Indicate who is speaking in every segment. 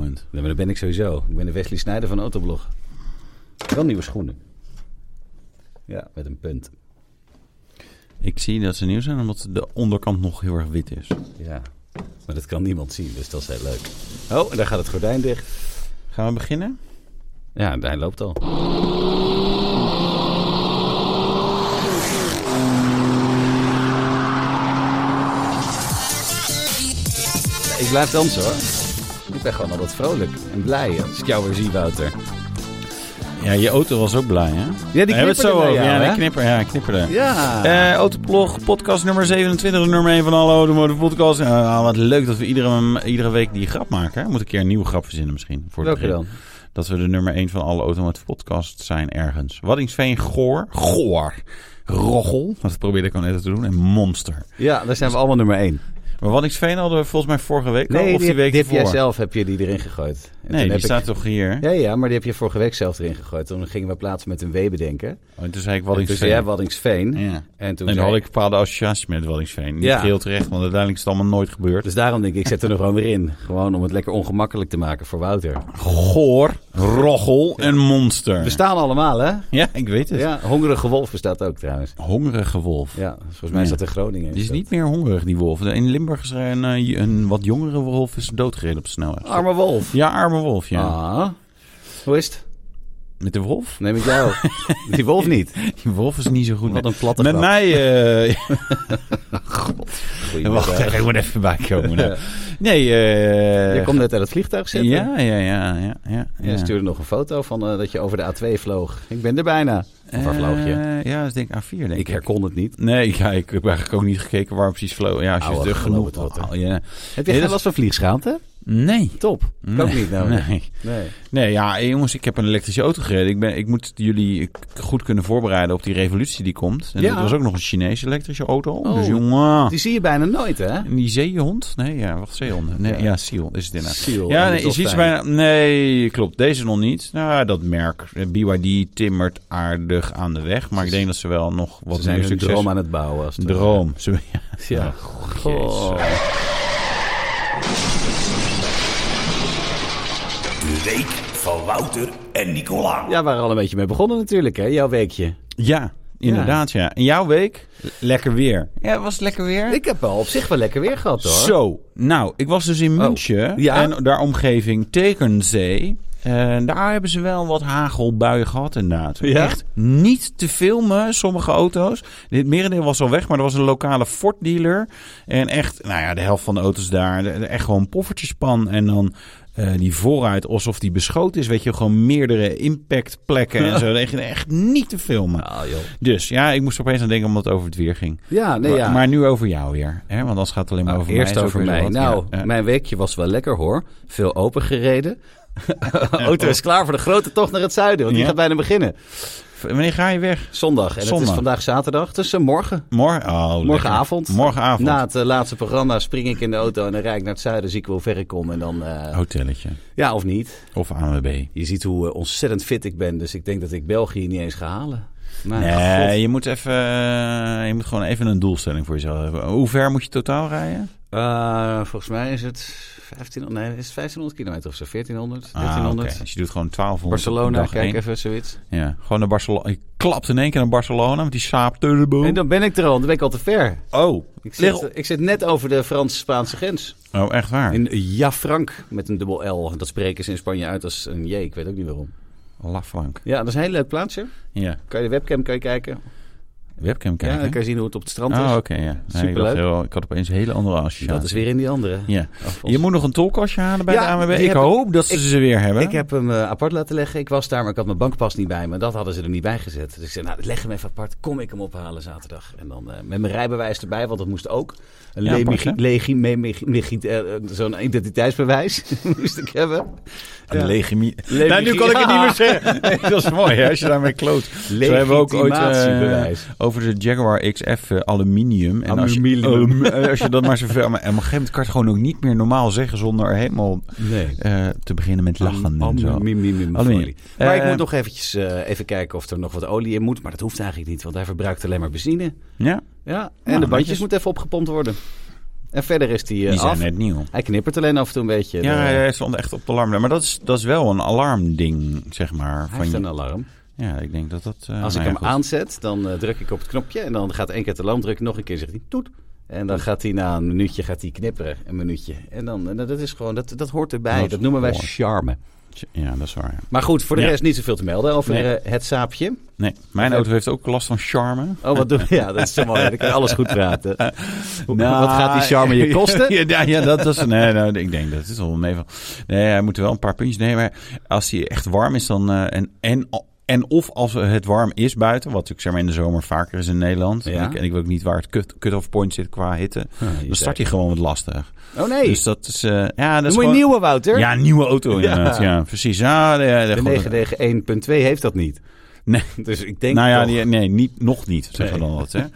Speaker 1: moment.
Speaker 2: Ja, maar dat ben ik sowieso. Ik ben de Wesley Snijder van Autoblog. Wel nieuwe schoenen. Ja, met een punt.
Speaker 1: Ik zie dat ze nieuw zijn omdat de onderkant nog heel erg wit is.
Speaker 2: Ja. Maar dat kan niemand zien, dus dat is heel leuk. Oh, en daar gaat het gordijn dicht.
Speaker 1: Gaan we beginnen?
Speaker 2: Ja, hij loopt al. Ik blijf dansen hoor. Ik ben gewoon altijd vrolijk en blij als ik jou weer zie, Wouter.
Speaker 1: Ja, je auto was ook blij, hè?
Speaker 2: Ja, die
Speaker 1: We hebben het zo
Speaker 2: knipperde naar
Speaker 1: over.
Speaker 2: jou,
Speaker 1: Ja,
Speaker 2: hè?
Speaker 1: die knipper, ja, knipperde.
Speaker 2: Ja.
Speaker 1: Eh Autoblog, podcast nummer 27, de nummer 1 van alle Automotive podcasts. Ah, wat leuk dat we iedere, iedere week die grap maken. hè? Moet een keer een nieuwe grap verzinnen misschien. Voor het
Speaker 2: Welke
Speaker 1: begin.
Speaker 2: dan?
Speaker 1: Dat we de nummer 1 van alle Automotive podcasts zijn ergens. Waddingsveen, Goor, Goor, Roggel, dat probeerde ik al net te doen, en Monster.
Speaker 2: Ja, daar zijn we allemaal nummer één.
Speaker 1: Maar Waddingsveen hadden we volgens mij vorige week al, of die,
Speaker 2: heb-
Speaker 1: week
Speaker 2: die heb jij
Speaker 1: ervoor.
Speaker 2: zelf heb je die erin gegooid. En toen
Speaker 1: Nee, die
Speaker 2: heb ik-
Speaker 1: staat toch hier?
Speaker 2: Ja, ja, maar die heb je vorige week zelf erin gegooid. Toen gingen we plaatsen met een W bedenken.
Speaker 1: Oh, en toen zei ik
Speaker 2: Toen zei
Speaker 1: Waddingsveen.
Speaker 2: jij Waddingsveen.
Speaker 1: Ja.
Speaker 2: En
Speaker 1: En
Speaker 2: toen
Speaker 1: dan
Speaker 2: zei
Speaker 1: had ik bepaalde associaties met Waddingsveen. Niet
Speaker 2: Ja.
Speaker 1: heel terecht, want uiteindelijk is het allemaal nooit gebeurd.
Speaker 2: Dus daarom denk ik, ik zet er nog gewoon weer in. Gewoon om het lekker ongemakkelijk te maken voor Wouter.
Speaker 1: Goor, Roggel en Monster.
Speaker 2: We staan allemaal, hè?
Speaker 1: Ja, ik weet het.
Speaker 2: Dus- Ja, Hongerige Wolf bestaat ook trouwens.
Speaker 1: Hongerige wolf.
Speaker 2: Ja, volgens mij is dat in Groningen.
Speaker 1: Die is niet meer hongerig, die wolf. In Limburg is er een, eh, een wat jongere wolf is doodgereden op de snelweg.
Speaker 2: Arme Wolf.
Speaker 1: Ja, arme wolf, ja.
Speaker 2: Ah. Hoe is het?
Speaker 1: Met de wolf?
Speaker 2: Neem ik jou. Die Wolf niet.
Speaker 1: Die wolf is niet zo goed.
Speaker 2: Wat een platte
Speaker 1: Met
Speaker 2: grap.
Speaker 1: mij... eh,
Speaker 2: Goedemiddag.
Speaker 1: wacht, ik moet even bijkomen. nou. Nee, eh...
Speaker 2: Je komt net uit het vliegtuig zitten.
Speaker 1: Ja, ja, ja, ja, ja.
Speaker 2: En Je stuurde nog een foto van eh, dat je over de A2 vloog. Ik ben er bijna. Of waar vloog je?
Speaker 1: Eh, ja, dat is denk ik A4, denk ik.
Speaker 2: Ik herkon het niet.
Speaker 1: Nee, ja, ik heb eigenlijk ook niet gekeken waar precies flow. Ja, als je
Speaker 2: Oude,
Speaker 1: het er
Speaker 2: geloof
Speaker 1: genoeg
Speaker 2: het wat, hè.
Speaker 1: Oh, ja.
Speaker 2: Heb je
Speaker 1: Nee,
Speaker 2: geen
Speaker 1: dat-
Speaker 2: last van vliegschaamte?
Speaker 1: Nee.
Speaker 2: Top. Kan ook niet nou.
Speaker 1: Nee.
Speaker 2: Nee.
Speaker 1: nee, ja, eh, jongens, ik heb een elektrische auto gereden. Ik, ben, ik moet jullie k- goed kunnen voorbereiden op die revolutie die komt. En
Speaker 2: Ja.
Speaker 1: dat was ook nog een Chinese elektrische auto.
Speaker 2: Oh.
Speaker 1: Dus jongen.
Speaker 2: Die zie je bijna nooit, hè?
Speaker 1: En die zeehond? Nee, ja, wacht, zeehond. Nee,
Speaker 2: Ja.
Speaker 1: ja, Seal is het inderdaad.
Speaker 2: Seal en
Speaker 1: ja,
Speaker 2: de
Speaker 1: nee, is iets
Speaker 2: dolfijn.
Speaker 1: bijna... Nee, klopt. Deze nog niet. Nou, dat merk. eh, BYD timmert aardig aan de weg. Maar ik denk dat ze wel nog wat
Speaker 2: Ze zijn
Speaker 1: meer
Speaker 2: hun
Speaker 1: succes...
Speaker 2: droom aan het bouwen. Als het ware.
Speaker 1: Droom. Ze- eh, ja.
Speaker 2: Ja.
Speaker 1: Jezus.
Speaker 3: De week van Wouter en Nicola.
Speaker 2: Ja, we waren al een beetje mee begonnen natuurlijk, hè? Jouw weekje.
Speaker 1: Ja, inderdaad, ja. En jouw week? Lekker weer. Ja, was het lekker weer?
Speaker 2: Ik heb wel op zich wel lekker weer gehad, hoor. Oh,
Speaker 1: Zo, nou, ik was dus in München
Speaker 2: ja?
Speaker 1: en daar omgeving Tekenzee. En daar hebben ze wel wat hagelbuien gehad inderdaad.
Speaker 2: Ja?
Speaker 1: Echt niet te filmen, sommige auto's. Dit merendeel was al weg, maar er was een lokale Ford dealer. En echt, nou ja, de helft van de auto's daar, de- de- echt gewoon poffertjespan. En dan eh, die vooruit, alsof die beschoten is. Weet je, gewoon meerdere impactplekken en zo. Echt niet te filmen.
Speaker 2: Ah, joh.
Speaker 1: Dus ja, ik moest er opeens aan denken omdat het over het weer ging.
Speaker 2: Ja, nee,
Speaker 1: maar,
Speaker 2: ja.
Speaker 1: maar nu over jou weer. Hè? Want anders gaat het alleen maar
Speaker 2: Nou,
Speaker 1: over
Speaker 2: eerst
Speaker 1: mij. is
Speaker 2: over
Speaker 1: ook weer
Speaker 2: mij.
Speaker 1: wat,
Speaker 2: nou,
Speaker 1: ja. Ja.
Speaker 2: mijn weekje was wel lekker, hoor. Veel open gereden. auto is klaar voor de grote tocht naar het zuiden, want die
Speaker 1: Ja.
Speaker 2: gaat bijna beginnen.
Speaker 1: V- Wanneer ga je weg?
Speaker 2: Zondag. En het
Speaker 1: Zondag.
Speaker 2: is vandaag zaterdag, dus eh, morgen.
Speaker 1: Morgen? Oh, lekker.
Speaker 2: Morgenavond.
Speaker 1: Morgenavond.
Speaker 2: Na het eh, laatste programma spring ik in de auto en dan rijd ik naar het zuiden, zie ik hoe ver ik kom. En dan, eh,
Speaker 1: Oh. Hotelletje.
Speaker 2: ja of niet.
Speaker 1: Of ANWB.
Speaker 2: Je ziet hoe eh, ontzettend fit ik ben, dus ik denk dat ik België niet eens ga halen. Maar,
Speaker 1: Nee, je moet, even, eh, je moet gewoon even een doelstelling voor jezelf hebben. Hoe ver moet je totaal rijden? Ah,
Speaker 2: Eh, volgens mij is het 1500, nee, is het 1500 kilometer of zo, 1400,
Speaker 1: Ah,
Speaker 2: 1300.
Speaker 1: oké. Dus je doet gewoon 1200 op
Speaker 2: Barcelona,
Speaker 1: dag
Speaker 2: kijk
Speaker 1: één.
Speaker 2: even, zoiets.
Speaker 1: Ja, gewoon naar Barcelona. Je klapt in één keer naar Barcelona met die saap turbo.
Speaker 2: En dan ben ik er al, dan ben ik al te ver.
Speaker 1: Oh,
Speaker 2: Ik
Speaker 1: lig-
Speaker 2: zit, ik zit net over de Frans-Spaanse grens.
Speaker 1: oh, echt waar?
Speaker 2: In Jafranc, met een dubbel L. Dat spreken ze in Spanje uit als een J, ik weet ook niet waarom.
Speaker 1: Laflank.
Speaker 2: Ja, dat is een heel leuk plaatsje.
Speaker 1: Ja,
Speaker 2: Kan je de webcam kan je kijken.
Speaker 1: webcam
Speaker 2: Ja,
Speaker 1: kijken.
Speaker 2: dan kan je zien hoe het op het strand is.
Speaker 1: Ah, oké, ja. Nee, ik, dacht
Speaker 2: Superleuk.
Speaker 1: heel- ik had opeens een hele andere associatie.
Speaker 2: Dat is weer in die andere.
Speaker 1: Ja.
Speaker 2: Of-
Speaker 1: Je moet nog een tolkastje halen bij
Speaker 2: Ja,
Speaker 1: de ANWB.
Speaker 2: die
Speaker 1: Ik
Speaker 2: heb ik-
Speaker 1: hoop dat ze
Speaker 2: ik-
Speaker 1: ze weer hebben.
Speaker 2: Ik heb hem eh, apart laten leggen. Ik was daar, maar ik had mijn bankpas niet bij me. Dat hadden ze er niet bij gezet. Dus ik zei, nou, leg hem even apart. Kom ik hem ophalen zaterdag. En dan eh, met mijn rijbewijs erbij, want dat moest ook. Een
Speaker 1: Ja, apart,
Speaker 2: legi-
Speaker 1: hè?
Speaker 2: legi- me- megi- megi- eh, eh, Zo'n identiteitsbewijs moest ik hebben.
Speaker 1: Een
Speaker 2: Ja.
Speaker 1: legimi...
Speaker 2: Legimi-
Speaker 1: Nou, nu kan ik het niet
Speaker 2: Ja.
Speaker 1: meer zeggen. dat is mooi, hè, als je daarmee kloot. Zo hebben we ook ooit eh,
Speaker 2: Legitimatiebewijs.
Speaker 1: over de Jaguar XF eh, aluminium. En als je,
Speaker 2: Aluminium.
Speaker 1: eh, als je dat maar zoveel... Maar en op een gegeven moment kan je het gewoon ook niet meer normaal zeggen... zonder helemaal
Speaker 2: Nee.
Speaker 1: eh, te beginnen met lachen en zo.
Speaker 2: Aluminium.
Speaker 1: Aluminium.
Speaker 2: Maar ik
Speaker 1: Eh,
Speaker 2: moet nog eventjes eh, even kijken of er nog wat olie in moet. Maar dat hoeft eigenlijk niet, want hij verbruikt alleen maar benzine.
Speaker 1: Ja,
Speaker 2: Ja, en
Speaker 1: Nou,
Speaker 2: de bandjes
Speaker 1: netjes.
Speaker 2: moeten even opgepompt worden. En verder is die, eh,
Speaker 1: Die zijn
Speaker 2: af.
Speaker 1: net nieuw.
Speaker 2: Hij knippert alleen af en toe een beetje.
Speaker 1: Ja,
Speaker 2: de-
Speaker 1: hij stond echt op de alarm. Maar dat is, dat is wel een alarmding, zeg maar.
Speaker 2: hij
Speaker 1: Van
Speaker 2: heeft
Speaker 1: je-
Speaker 2: een alarm.
Speaker 1: Ja, ik denk dat dat... eh,
Speaker 2: Als ik
Speaker 1: nou ja,
Speaker 2: hem
Speaker 1: goed.
Speaker 2: aanzet, dan eh, druk ik op het knopje en dan gaat één keer het alarm drukken. Nog een keer zegt hij toet. En dan gaat hij na een minuutje gaat hij knipperen, een minuutje. En dan, en dat is gewoon, dat, dat hoort erbij.
Speaker 1: Dat
Speaker 2: Dat, noemen wij
Speaker 1: hoort.
Speaker 2: charme.
Speaker 1: Ja, dat is waar. ja.
Speaker 2: Maar goed, voor de
Speaker 1: Ja.
Speaker 2: rest niet zoveel te melden over
Speaker 1: Nee.
Speaker 2: eh, het saapje.
Speaker 1: Nee, mijn auto heeft ook last van charme.
Speaker 2: Oh, wat doe Ja, dat is zo mooi. Dan kan je alles goed praten. Hoe- wat gaat die charme je kosten?
Speaker 1: Nou, ja, ja, ja, dat was... Nee, nou, ik denk dat is wel een meeval. Nee, hij moet wel een paar puntjes nemen. Maar als hij echt warm is, dan... eh, en, en, en of als het warm is buiten, wat ik zeg maar in de zomer vaker is in Nederland.
Speaker 2: Ja.
Speaker 1: En, ik, en ik weet ook niet waar het cut- cut-off point zit qua hitte. Dan start hij gewoon wat lastig.
Speaker 2: Oh nee,
Speaker 1: Dus dat is... eh, ja, dat
Speaker 2: dan
Speaker 1: is
Speaker 2: moet je
Speaker 1: gewoon...
Speaker 2: nieuwe Wouter.
Speaker 1: Ja, een nieuwe auto inderdaad. Ja, precies. Ja, de, de,
Speaker 2: de
Speaker 1: goed.
Speaker 2: 991.2 heeft dat niet.
Speaker 1: Nee.
Speaker 2: Dus ik denk
Speaker 1: nou ja,
Speaker 2: toch-
Speaker 1: die- nee, niet, nog niet, zeggen we dan altijd.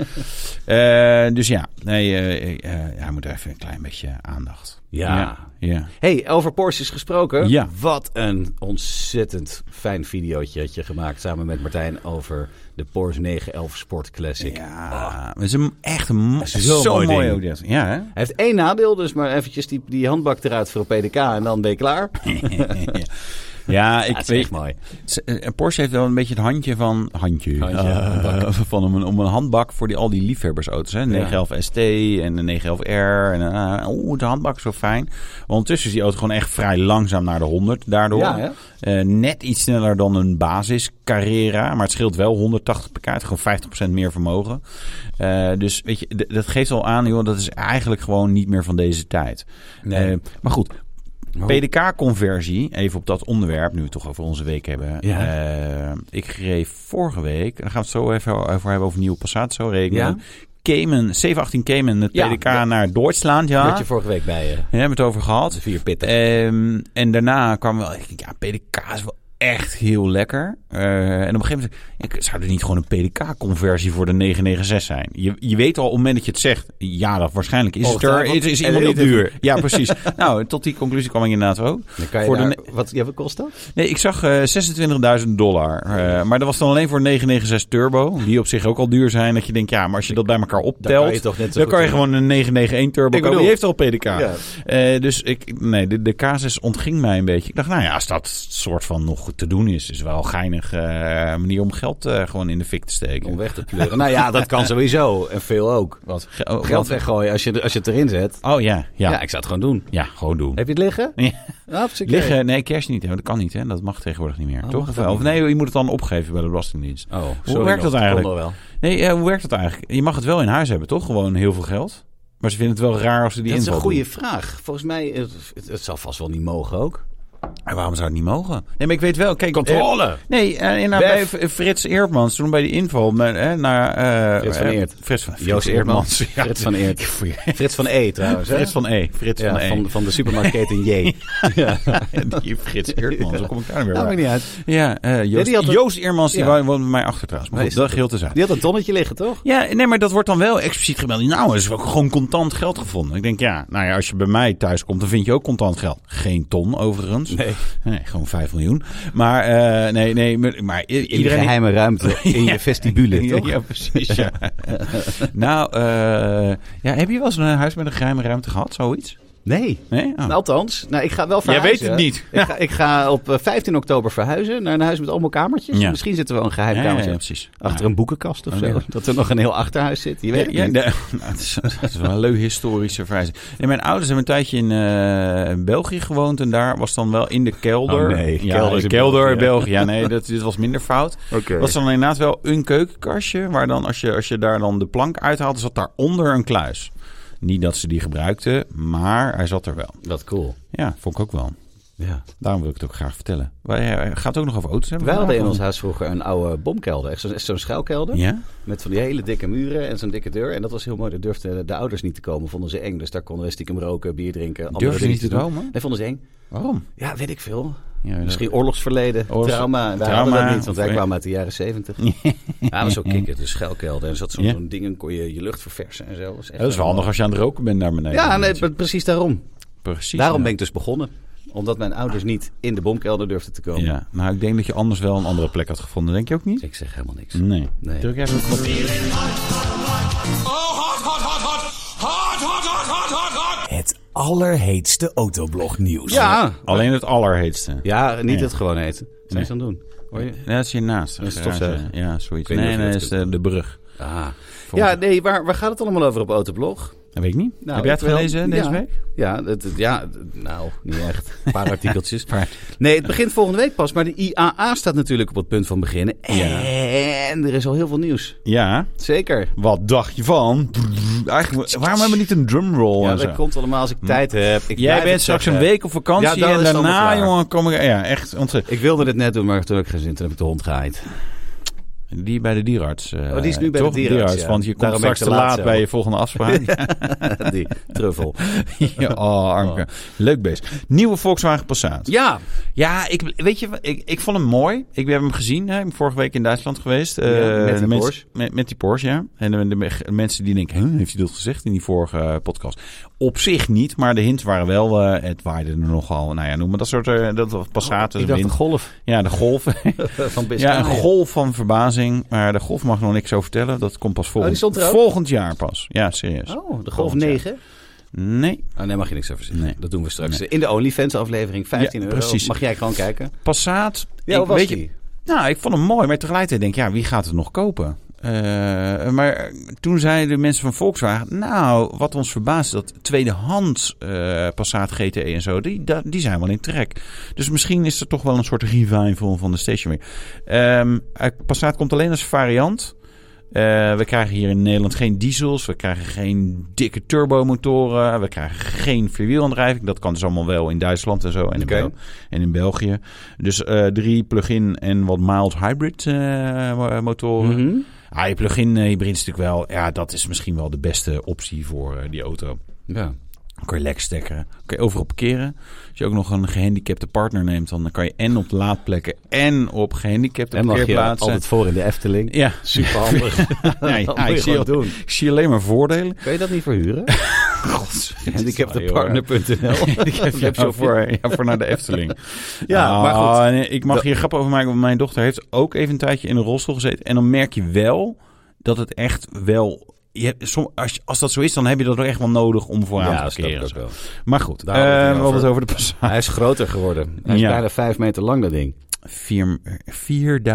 Speaker 1: Hè? Eh, dus ja, nee, eh, eh, hij moet even een klein beetje aandacht.
Speaker 2: Ja.
Speaker 1: ja. ja.
Speaker 2: Hey, over Porsches gesproken.
Speaker 1: Ja.
Speaker 2: Wat een ontzettend fijn videootje had je gemaakt samen met Martijn over de Porsche 911 Sport Classic.
Speaker 1: Ja, het is een, echt een mo-
Speaker 2: Ah. is
Speaker 1: zo,
Speaker 2: zo'n mooi
Speaker 1: mooi
Speaker 2: ding.
Speaker 1: ook dit. Ja, hè?
Speaker 2: Hij heeft één nadeel, dus maar eventjes die, die handbak eruit voor een PDK en dan ben je klaar.
Speaker 1: ja, ik
Speaker 2: dat is
Speaker 1: weet.
Speaker 2: echt mooi.
Speaker 1: ze- eh, Porsche heeft wel een beetje het handje van. Handje.
Speaker 2: Handje,
Speaker 1: eh,
Speaker 2: handbak.
Speaker 1: van om een, om een handbak voor die, al die liefhebbersauto's. Hè? 911 ST en de 911R. En, eh, Oeh, de handbak is zo fijn. Maar ondertussen is die auto gewoon echt vrij langzaam naar de 100 daardoor.
Speaker 2: Ja, hè?
Speaker 1: Eh, net iets sneller dan een basis Carrera. Maar het scheelt wel 180 pk. het is Gewoon 50% meer vermogen. Eh, dus weet je, d- dat geeft al aan, joh, dat is eigenlijk gewoon niet meer van deze tijd.
Speaker 2: Nee.
Speaker 1: Eh, maar goed.
Speaker 2: Nou.
Speaker 1: PDK-conversie, even op dat onderwerp, nu we het toch over onze week hebben.
Speaker 2: Ja.
Speaker 1: Eh, ik reed vorige week, daar gaan we het zo even over hebben, over nieuwe Passat, zo rekenen.
Speaker 2: Ja.
Speaker 1: Cayman, 718 Cayman, met
Speaker 2: Ja,
Speaker 1: PDK
Speaker 2: dat-
Speaker 1: naar Duitsland, ja.
Speaker 2: Had je vorige week bij je.
Speaker 1: Ja, hebben we het over gehad.
Speaker 2: De vier pitten.
Speaker 1: Ehm, en daarna kwam wel, ik denk, ja, PDK is wel echt heel lekker. Eh, en op een gegeven moment, ik, zou er niet gewoon een PDK-conversie voor de 996 zijn? Je, je weet al, op het moment dat je het zegt, ja, dat waarschijnlijk is het er.
Speaker 2: Ongetwijfeld.
Speaker 1: Is, is
Speaker 2: Oh, En
Speaker 1: iemand
Speaker 2: heel
Speaker 1: niet duur? Ja, precies. nou, tot die conclusie kwam ik inderdaad ook.
Speaker 2: Dan kan je
Speaker 1: Voor de
Speaker 2: daar, wat, ja, wat kost dat?
Speaker 1: Nee, ik zag eh, 26.000 dollar. Eh, maar dat was dan alleen voor 996 Turbo. Die op zich ook al duur zijn. Dat je denkt, ja, maar als je dat bij elkaar optelt...
Speaker 2: kan je toch net zo
Speaker 1: dan
Speaker 2: goed
Speaker 1: kan je
Speaker 2: doen.
Speaker 1: gewoon een 991 Turbo
Speaker 2: Ik
Speaker 1: kopen. Die
Speaker 2: bedoel-
Speaker 1: heeft al PDK.
Speaker 2: Ja.
Speaker 1: Eh, dus ik, nee, de, de casus ontging mij een beetje. Ik dacht, nou ja, als dat soort van nog te doen is... is wel een geinige eh, manier om geld eh, gewoon in de fik te steken.
Speaker 2: Om weg te pleuren. nou ja, dat kan sowieso. En veel ook. Want
Speaker 1: Ge- oh,
Speaker 2: geld
Speaker 1: want-
Speaker 2: weggooien als je, als je het erin zet.
Speaker 1: Oh ja, ja.
Speaker 2: Ja.
Speaker 1: Ja,
Speaker 2: ik zou het gewoon doen.
Speaker 1: gewoon doen.
Speaker 2: Heb je het liggen?
Speaker 1: Ja.
Speaker 2: Ja, op zich.
Speaker 1: Liggen, nee, cash niet. Hè? Dat kan niet, hè? Dat mag tegenwoordig niet meer,
Speaker 2: Oh,
Speaker 1: toch?
Speaker 2: mag
Speaker 1: Of,
Speaker 2: dat
Speaker 1: of
Speaker 2: niet?
Speaker 1: nee, je moet het dan opgeven bij de Belastingdienst.
Speaker 2: Oh, sorry
Speaker 1: Hoe werkt
Speaker 2: nog,
Speaker 1: dat eigenlijk?
Speaker 2: kon nog wel.
Speaker 1: Nee, eh, hoe werkt dat eigenlijk? Je mag het wel in huis hebben, toch? Gewoon heel veel geld. Maar ze vinden het wel raar als ze die
Speaker 2: dat is een
Speaker 1: inval
Speaker 2: goede
Speaker 1: doen.
Speaker 2: vraag. Volgens mij, het, het, het zal vast wel niet mogen ook.
Speaker 1: En waarom zou het niet mogen? Nee, maar ik weet wel. Kijk,
Speaker 2: Controle!
Speaker 1: eh, nee, eh, nou, bij
Speaker 2: Bef.
Speaker 1: F- Frits Eerdmans, toen bij die inval naar... eh, naar eh,
Speaker 2: Frits van
Speaker 1: eh,
Speaker 2: Eert.
Speaker 1: Frits van, Frits
Speaker 2: Joost Eerdmans.
Speaker 1: Ja,
Speaker 2: Frits van Eert. Frits van E trouwens. hè?
Speaker 1: Frits van E. Frits
Speaker 2: Ja,
Speaker 1: van E.
Speaker 2: van, van de supermarktketen J.
Speaker 1: die Frits Eerdmans, hoe kom ik daar weer
Speaker 2: Nou,
Speaker 1: bij?
Speaker 2: maakt niet uit.
Speaker 1: Ja, eh, Joost,
Speaker 2: die had een-
Speaker 1: Joost Eerdmans, die
Speaker 2: Ja.
Speaker 1: woont woont bij mij achter trouwens. Maar
Speaker 2: Nee,
Speaker 1: goed, dat geheel te zijn.
Speaker 2: Die had een tonnetje liggen, toch?
Speaker 1: Ja, nee, maar dat wordt dan wel expliciet gemeld. Nou, er is ook gewoon contant geld gevonden. Ik denk, ja, nou ja, als je bij mij thuis komt, dan vind je ook contant geld. Geen ton, overigens.
Speaker 2: Nee.
Speaker 1: Nee, gewoon 5 miljoen. Maar, eh, nee, nee, maar, maar i-
Speaker 2: In de
Speaker 1: iedereen...
Speaker 2: geheime ruimte. In je vestibule,
Speaker 1: Ja,
Speaker 2: toch?
Speaker 1: ja, precies, ja. nou, eh, ja, heb je wel eens een huis met een geheime ruimte gehad, zoiets?
Speaker 2: Nee.
Speaker 1: Nee? Oh.
Speaker 2: Althans, nou, ik ga wel verhuizen.
Speaker 1: weet het niet.
Speaker 2: Ik ga, ik ga op eh, 15 oktober verhuizen naar een huis met allemaal kamertjes.
Speaker 1: Ja.
Speaker 2: Misschien zitten we wel een geheim
Speaker 1: Ja, ja,
Speaker 2: kamertje
Speaker 1: ja, precies.
Speaker 2: achter
Speaker 1: Ja.
Speaker 2: een boekenkast of
Speaker 1: Oh,
Speaker 2: zo.
Speaker 1: ja.
Speaker 2: Dat er nog een heel achterhuis zit. Je weet het
Speaker 1: Ja,
Speaker 2: niet.
Speaker 1: ja, nee, nou, het, is, het is wel een leuk historische verwijzing. En mijn ouders hebben een tijdje in eh, België gewoond. En daar was dan wel in de kelder.
Speaker 2: Oh, nee,
Speaker 1: ja,
Speaker 2: kelder
Speaker 1: kelder,
Speaker 2: is in
Speaker 1: kelder in
Speaker 2: België.
Speaker 1: België. Ja, nee, dat, dit was minder fout.
Speaker 2: Oké.
Speaker 1: Was dan inderdaad wel een keukenkastje. Waar dan, als je, als je daar dan de plank uithaalde, zat daaronder een kluis. Niet dat ze die gebruikten, maar hij zat er wel.
Speaker 2: Wat cool.
Speaker 1: Ja, vond ik ook wel.
Speaker 2: Ja.
Speaker 1: Daarom wil ik het ook graag vertellen. Wij, eh, gaat het ook nog over auto's hebben?
Speaker 2: Wij hadden in ons
Speaker 1: vandaag?
Speaker 2: huis vroeger een oude bomkelder. Echt zo'n echt zo'n schuilkelder.
Speaker 1: Ja?
Speaker 2: Met van die hele dikke muren en zo'n dikke deur. En dat was heel mooi. Daar durfden de ouders niet te komen. Vonden ze eng. Dus daar konden we stiekem roken, bier drinken. andere
Speaker 1: Durfden ze
Speaker 2: dingen
Speaker 1: niet te
Speaker 2: doen.
Speaker 1: komen?
Speaker 2: Nee, vonden ze eng.
Speaker 1: Waarom?
Speaker 2: Ja, weet ik veel.
Speaker 1: Ja,
Speaker 2: Misschien oorlogsverleden,
Speaker 1: Oorlogs-
Speaker 2: trauma. Wij
Speaker 1: trauma,
Speaker 2: hadden dat niet, want wij
Speaker 1: of-
Speaker 2: kwamen uit de jaren zeventig. ja, dat was ook kikker, de schuilkelder. En er zat zo'n
Speaker 1: Ja.
Speaker 2: zo'n ding en kon je je lucht verversen en zo. Dat, was echt
Speaker 1: dat is wel handig als je aan het roken bent naar beneden.
Speaker 2: Ja, nee, maar precies daarom.
Speaker 1: precies.
Speaker 2: Daarom
Speaker 1: ja.
Speaker 2: ben ik dus begonnen. Omdat mijn ouders niet in de bomkelder durfden te komen.
Speaker 1: Ja, nou ik denk dat je anders wel een andere plek had gevonden, denk je ook niet?
Speaker 2: Ik zeg helemaal niks.
Speaker 1: Nee.
Speaker 2: Nee.
Speaker 1: Druk even op knop.
Speaker 3: Oh, hot, hot, hot, hot. Hot, hot, hot, hot, hot, hot, hot. Het allerheetste autoblognieuws.
Speaker 2: Ja,
Speaker 1: Alleen het allerheetste.
Speaker 2: ja niet
Speaker 1: Ja.
Speaker 2: het gewoon eten. Wat zou je dan doen? Hoor je?
Speaker 1: Ja, dat is hiernaast.
Speaker 2: Dat is
Speaker 1: Garage.
Speaker 2: toch zo?
Speaker 1: Ja, zoiets.
Speaker 2: Ik weet niet
Speaker 1: Nee,
Speaker 2: of je
Speaker 1: nee,
Speaker 2: dat
Speaker 1: dat is de, de brug.
Speaker 2: Ah. Ja,
Speaker 1: Ja,
Speaker 2: nee, waar, waar gaat het allemaal over op Autoblog?
Speaker 1: dat weet ik niet.
Speaker 2: Nou,
Speaker 1: Heb jij het
Speaker 2: ik wel.
Speaker 1: gelezen deze
Speaker 2: Ja.
Speaker 1: week?
Speaker 2: Ja, het, het- ja, het- nou, niet echt. Een paar artikeltjes.
Speaker 1: Paar.
Speaker 2: Nee, het begint volgende week pas. Maar de IAA staat natuurlijk op het punt van beginnen.
Speaker 1: Ja.
Speaker 2: En er is al heel veel nieuws.
Speaker 1: Ja.
Speaker 2: Zeker.
Speaker 1: Wat dacht je van? Eigenlijk, waarom hebben we niet een drumroll
Speaker 2: Ja,
Speaker 1: en zo? Mm.
Speaker 2: dat komt allemaal als ik tijd heb. Ik blijf
Speaker 1: Jij bent
Speaker 2: het
Speaker 1: straks een
Speaker 2: zeggen.
Speaker 1: week op vakantie
Speaker 2: Ja, dat
Speaker 1: en
Speaker 2: is dan
Speaker 1: daarna,
Speaker 2: wel waar.
Speaker 1: jongen, kom ik... Ja, echt eh, ontzettend.
Speaker 2: Ik wilde dit net doen, maar toen heb ik geen zin. Toen heb ik de hond gehaald.
Speaker 1: Die bij de dierenarts. eh,
Speaker 2: Oh, die is nu bij de
Speaker 1: toch?
Speaker 2: dierenarts, ja.
Speaker 1: Want je komt
Speaker 2: Daarom ben ik
Speaker 1: straks
Speaker 2: te
Speaker 1: te
Speaker 2: laat
Speaker 1: laat
Speaker 2: zelf.
Speaker 1: bij je volgende afspraak.
Speaker 2: Die truffel.
Speaker 1: Ja, oh, armke. Leuk beest. Nieuwe Volkswagen Passat.
Speaker 2: Ja,
Speaker 1: Ja, ik, weet je, wat, ik, ik vond hem mooi. Ik heb hem gezien. Hè. Ik ben vorige week in Duitsland geweest. Eh,
Speaker 2: met die
Speaker 1: de mensen-
Speaker 2: Porsche.
Speaker 1: Met, met die Porsche, ja. En de, de- de mensen die denken, "Huh, heeft hij dat gezegd in die vorige eh, podcast? Op zich niet, maar de hints waren wel, eh, het waaide er nogal, nou ja, noem maar dat soort, eh, dat Passaten.
Speaker 2: ik dacht een golf
Speaker 1: ja, de golf.
Speaker 2: van Biscay.
Speaker 1: ja, een golf van verbazing. Maar de golf mag ik nog niks over vertellen. Dat komt pas
Speaker 2: Oh, die
Speaker 1: volgend,
Speaker 2: stond er ook?
Speaker 1: volgend jaar pas. Ja, serieus.
Speaker 2: Oh, de golf
Speaker 1: Golf, ja.
Speaker 2: 9.
Speaker 1: Nee,
Speaker 2: Oh, nee, mag je niks over zeggen.
Speaker 1: Nee.
Speaker 2: Dat doen we straks. Dus In de OnlyFans aflevering, 15
Speaker 1: Ja,
Speaker 2: euro.
Speaker 1: precies.
Speaker 2: Mag jij gewoon kijken?
Speaker 1: Passaat.
Speaker 2: Ja, hoe was
Speaker 1: weet je-
Speaker 2: die?
Speaker 1: Nou, ik vond hem mooi, maar tegelijkertijd denk ik, ja, wie gaat het nog kopen? Eh, maar toen zeiden de mensen van Volkswagen, nou, wat ons verbaast, dat tweedehands eh, Passat GTE en zo, die, da- die zijn wel in trek. Dus misschien is er toch wel een soort revival van de station weer. Passat komt alleen als variant. Eh, we krijgen hier in Nederland geen diesels, we krijgen geen dikke turbomotoren, we krijgen geen vierwielaandrijving. Dat kan dus allemaal wel in Duitsland en zo en in,
Speaker 2: Oké.
Speaker 1: Bel- en in België. Dus eh, drie plug-in en wat mild hybrid eh, mo- motoren.
Speaker 2: Mhm.
Speaker 1: Ah, je plug-in eh, hybrid is natuurlijk wel, ja, dat is misschien wel de beste optie voor eh, die auto.
Speaker 2: Ja.
Speaker 1: Dan kan je lek stekkeren. Kan je overal parkeren. Als je ook nog een gehandicapte partner neemt, dan kan je en op de laadplekken en op gehandicapte
Speaker 2: En mag je
Speaker 1: parkeerplaatsen.
Speaker 2: altijd voor in de Efteling.
Speaker 1: Ja,
Speaker 2: Super handig.
Speaker 1: nee,
Speaker 2: Dat
Speaker 1: ja,
Speaker 2: moet
Speaker 1: ik,
Speaker 2: je
Speaker 1: zie
Speaker 2: gewoon
Speaker 1: al-
Speaker 2: doen.
Speaker 1: ik zie alleen maar voordelen.
Speaker 2: Kun je dat niet verhuren?
Speaker 1: God,
Speaker 2: Handicaptepartner.nl.
Speaker 1: Ik heb
Speaker 2: Heb je
Speaker 1: jou
Speaker 2: op je-
Speaker 1: voor, ja, voor naar de Efteling.
Speaker 2: Ja,
Speaker 1: Ah,
Speaker 2: maar goed.
Speaker 1: nee, ik mag hier grap over maken, want mijn dochter heeft ook even een tijdje in een rolstoel gezeten. En dan merk je wel dat het echt wel... Je, hebt som- als, je- als dat zo is, dan heb je dat ook echt wel nodig om vooraan
Speaker 2: Ja,
Speaker 1: te
Speaker 2: snap ik ook
Speaker 1: keren.
Speaker 2: wel.
Speaker 1: Maar goed,
Speaker 2: Daar hadden we het
Speaker 1: eh,
Speaker 2: niet
Speaker 1: we hadden
Speaker 2: over.
Speaker 1: het over de Passat.
Speaker 2: Hij is groter geworden. Hij is
Speaker 1: Ja.
Speaker 2: bijna vijf meter lang, dat ding.
Speaker 1: Vier- 4.917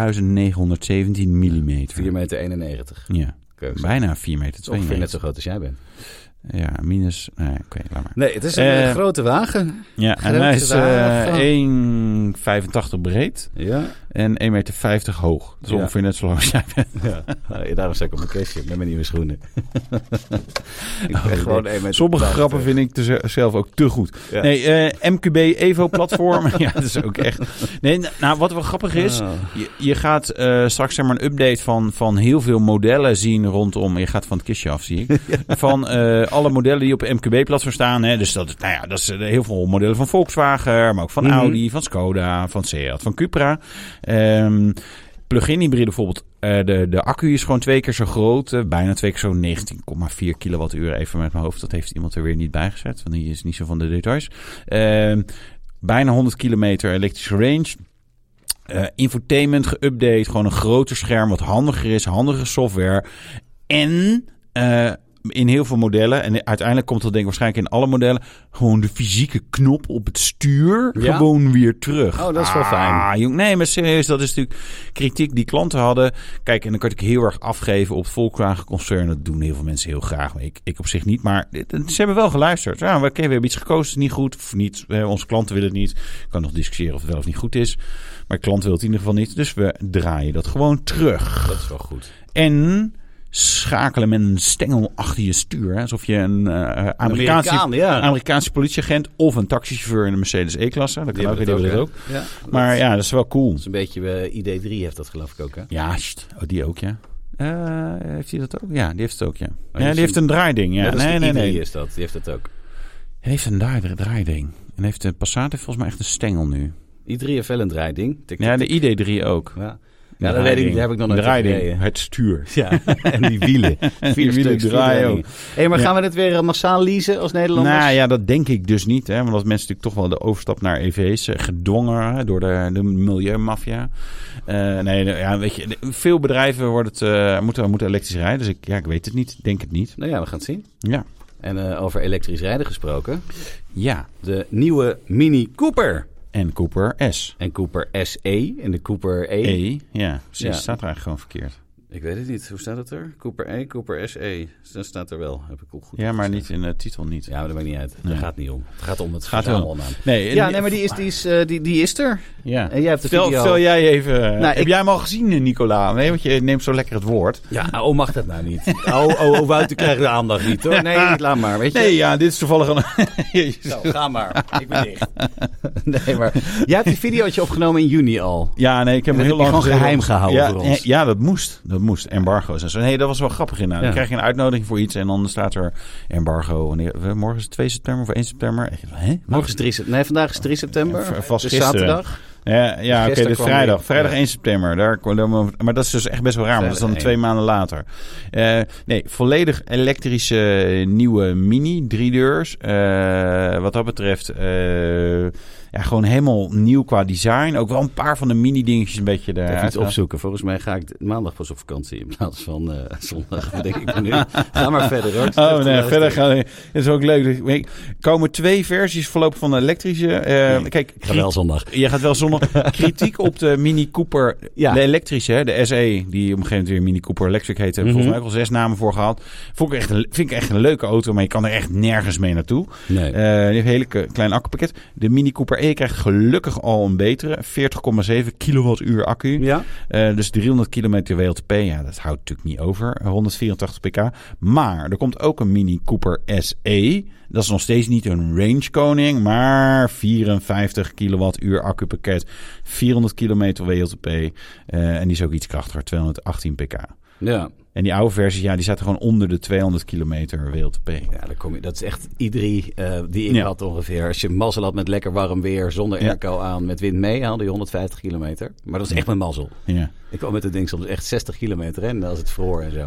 Speaker 1: mm.
Speaker 2: 4,91 meter. 91.
Speaker 1: Ja, bijna 4 meter.
Speaker 2: Het is ongeveer
Speaker 1: 92.
Speaker 2: net zo groot als jij bent.
Speaker 1: Ja, minus... Nee, oké, laat maar.
Speaker 2: Nee, het is
Speaker 1: een, eh,
Speaker 2: grote wagen.
Speaker 1: Ja, en
Speaker 2: Grote
Speaker 1: hij is eh, 1,85 breed.
Speaker 2: Ja.
Speaker 1: En 1,50 meter hoog. Dat is
Speaker 2: Ja.
Speaker 1: ongeveer net zo lang als jij bent.
Speaker 2: ja. Daarom sta ik op mijn kistje met mijn nieuwe schoenen. ik
Speaker 1: Oh,
Speaker 2: ben gewoon één meter
Speaker 1: Sommige
Speaker 2: 80.
Speaker 1: grappen vind ik te z- zelf ook te goed.
Speaker 2: Ja.
Speaker 1: Nee, eh, MQB Evo-platform. ja, dat is ook echt... Nee, n- nou, wat wel grappig is...
Speaker 2: Ah.
Speaker 1: Je, je gaat eh, straks zeg maar, een update van, van heel veel modellen zien rondom. Je gaat van het kistje af, zie ik. Van eh, alle modellen die op de MQB-platform staan. Hè. Dus dat, nou ja, dat is eh, heel veel modellen van Volkswagen, maar ook van
Speaker 2: Mhm.
Speaker 1: Audi, van Skoda, van Seat, van Cupra. Ehm, Plug-in hybride bijvoorbeeld. eh, de, de accu is gewoon twee keer zo groot. eh, bijna twee keer zo 19,4 kilowattuur. Even met mijn hoofd. Dat heeft iemand er weer niet bij gezet. Want die is niet zo van de details. Ehm, bijna 100 kilometer elektrische range. Eh, infotainment geüpdate. Gewoon een groter scherm. Wat handiger is. Handige software. En... eh, in heel veel modellen, en uiteindelijk komt dat denk ik waarschijnlijk in alle modellen, gewoon de fysieke knop op het stuur
Speaker 2: Ja?
Speaker 1: gewoon weer terug.
Speaker 2: Oh, dat is wel fijn.
Speaker 1: Ah, jong, nee, maar serieus, dat is natuurlijk kritiek die klanten hadden. Kijk, en dan kan ik heel erg afgeven op het Volkswagen-concern. Dat doen heel veel mensen heel graag. maar Ik, ik op zich niet, maar dit- ze hebben wel geluisterd. Ja, we, oké, we hebben iets gekozen, niet goed of niet. Eh, onze klanten willen het niet. Ik kan nog discussiëren of het wel of niet goed is. Maar de klant wil het in ieder geval niet. Dus we draaien dat gewoon terug.
Speaker 2: Dat is wel goed.
Speaker 1: En schakelen met een stengel achter je stuur. hè, Alsof je een eh Amerikaanse,
Speaker 2: Amerikaan, ja.
Speaker 1: Amerikaanse politieagent of een taxichauffeur in een Mercedes E-klasse. Dat kan ook, die hebben dat ook.
Speaker 2: Ja.
Speaker 1: Maar ja, dat is wel cool.
Speaker 2: Dat is een beetje eh, ID3 heeft dat geloof ik ook, hè?
Speaker 1: Ja, sst. Oh, die ook, ja. Eh, heeft hij dat ook? Ja, die heeft het ook, ja.
Speaker 2: die
Speaker 1: ja,
Speaker 2: is
Speaker 1: die heeft een draaiding, ja.
Speaker 2: Dat is
Speaker 1: Nee, nee,
Speaker 2: de ID3
Speaker 1: nee.
Speaker 2: is dat. Die heeft dat ook.
Speaker 1: Hij heeft een draai- draaiding. En heeft de Passat heeft volgens mij echt een stengel nu.
Speaker 2: ID3 heeft wel een draaidding. Tik, tik,
Speaker 1: Ja,
Speaker 2: tik.
Speaker 1: de ID3 ook.
Speaker 2: Ja. Ja, dat weet ik niet. Daar heb ik nog nooit
Speaker 1: Draaiding,
Speaker 2: gereden.
Speaker 1: het stuur.
Speaker 2: Ja, en die wielen. Vier
Speaker 1: Die wielen
Speaker 2: stuks, vier
Speaker 1: draaien
Speaker 2: draaiingen. hey, maar gaan we dit weer eh, massaal leasen als Nederlanders?
Speaker 1: Nou ja, dat denk ik dus niet. Hè? Want dat mensen natuurlijk toch wel de overstap naar EV's eh, gedwongen hè, door de, de milieumafia. Eh, nee, de- ja, weet je, de- veel bedrijven worden het, eh, moeten, moeten elektrisch rijden. Dus ik, ja, ik weet het niet. Denk het niet.
Speaker 2: Nou ja, we gaan het zien.
Speaker 1: Ja.
Speaker 2: En eh, over elektrisch rijden gesproken.
Speaker 1: Ja,
Speaker 2: De nieuwe Mini Cooper.
Speaker 1: en Cooper S.
Speaker 2: En Cooper SE. En de Cooper E.
Speaker 1: E, ja, precies.
Speaker 2: Ja.
Speaker 1: Staat er eigenlijk gewoon verkeerd.
Speaker 2: Ik weet het niet. Hoe staat het er? Cooper E, Cooper SE. Dan staat er wel. Heb ik ook goed
Speaker 1: Ja, maar
Speaker 2: opgeschreven.
Speaker 1: niet in de titel niet.
Speaker 2: Ja, maar dat maakt niet uit. Daar
Speaker 1: Nee.
Speaker 2: gaat het niet om. Het gaat om het
Speaker 1: Gaat wel.
Speaker 2: verzamelnaam.
Speaker 1: Nee,
Speaker 2: Ja, nee, maar die is, die is, eh, die, die is er.
Speaker 1: Ja.
Speaker 2: En jij hebt de
Speaker 1: Vertel,
Speaker 2: video. Nou,
Speaker 1: vertel jij even. heb
Speaker 2: ik-
Speaker 1: jij hem al gezien, eh, Nicola? Nee, want je neemt zo lekker het woord.
Speaker 2: Ja, oh, mag dat nou niet? Oh, oh, oh Wouter krijgt de aandacht niet, hoor. Nee, niet, laat maar, weet je.
Speaker 1: Nee, ja, dit is toevallig een. Jezus.
Speaker 2: Zo, ga maar. Ik ben dicht. Nee, maar jij hebt die videootje opgenomen in juni al.
Speaker 1: Ja, nee, ik heb hem
Speaker 2: Dat
Speaker 1: heel
Speaker 2: heb
Speaker 1: lang
Speaker 2: je
Speaker 1: gezegd.
Speaker 2: gewoon geheim gehouden
Speaker 1: ja, eh,
Speaker 2: voor ons.
Speaker 1: Ja, dat moest. Dat moest. Embargo's en zo. Nee, dat was wel grappig inderdaad.
Speaker 2: Ja.
Speaker 1: Dan krijg je een uitnodiging voor iets en dan staat er embargo. Wanneer, eh, morgen is het 2 september of 1 september. Ik denk, Hè?
Speaker 2: Morgen is 3 september. Nee, vandaag is 3 september.
Speaker 1: Ja, vast
Speaker 2: Dus
Speaker 1: gisteren.
Speaker 2: zaterdag.
Speaker 1: Ja, ja oké,
Speaker 2: Gisteren
Speaker 1: dit
Speaker 2: kwam
Speaker 1: vrijdag.
Speaker 2: die.
Speaker 1: Vrijdag
Speaker 2: Ja.
Speaker 1: 1 september. Daar, kwam- daar- maar dat is dus echt best wel raar, want dat is dan
Speaker 2: Vrijdag
Speaker 1: twee maanden later. Eh, nee, volledig elektrische eh, nieuwe Mini, drie deurs. Eh, wat dat betreft, eh, ja, gewoon helemaal nieuw qua design. Ook wel een paar van de Mini-dingetjes een beetje daar.
Speaker 2: Even iets opzoeken. Volgens mij ga ik maandag pas op vakantie in plaats van eh, zondag, denk ik nu. Ga maar verder, hoor.
Speaker 1: Oh nee, verder gaan we. Het is ook leuk. Er komen twee versies voorlopig van de elektrische. eh,
Speaker 2: Nee,
Speaker 1: kijk,
Speaker 2: Ga wel zondag.
Speaker 1: Je gaat wel zonder kritiek op de Mini Cooper,
Speaker 2: Ja.
Speaker 1: de elektrische, hè, de SE, die op een gegeven moment weer Mini Cooper Electric heette. Hebben we
Speaker 2: Mhm.
Speaker 1: Volgens mij ook al zes namen voor gehad. Vond ik echt, een- vind ik echt een leuke auto, maar je kan er echt nergens mee naartoe.
Speaker 2: Nee.
Speaker 1: Eh, die heeft een hele ke- klein accupakket. De Mini Cooper E krijgt gelukkig al een betere, 40,7 kilowattuur accu.
Speaker 2: ja?
Speaker 1: Eh, dus 300 kilometer WLTP, ja, dat houdt natuurlijk niet over. 184 pk. Maar er komt ook een Mini Cooper SE. Dat is nog steeds niet een range koning, maar 54 kilowattuur accupakket. 400 kilometer WLTP. eh, en die is ook iets krachtiger, 218 pk.
Speaker 2: Ja.
Speaker 1: En die oude versie, ja, die zaten gewoon onder de 200 kilometer WLTP.
Speaker 2: Ja, daar kom je, dat is echt i3 eh, die ik
Speaker 1: Ja.
Speaker 2: had ongeveer. Als je mazzel had met lekker warm weer, zonder
Speaker 1: Ja.
Speaker 2: airco aan, met wind mee, haalde je 150 kilometer. Maar dat is echt mijn mazzel.
Speaker 1: Ja.
Speaker 2: Ik kwam met het ding soms echt 60 kilometer en als het vroor en zo.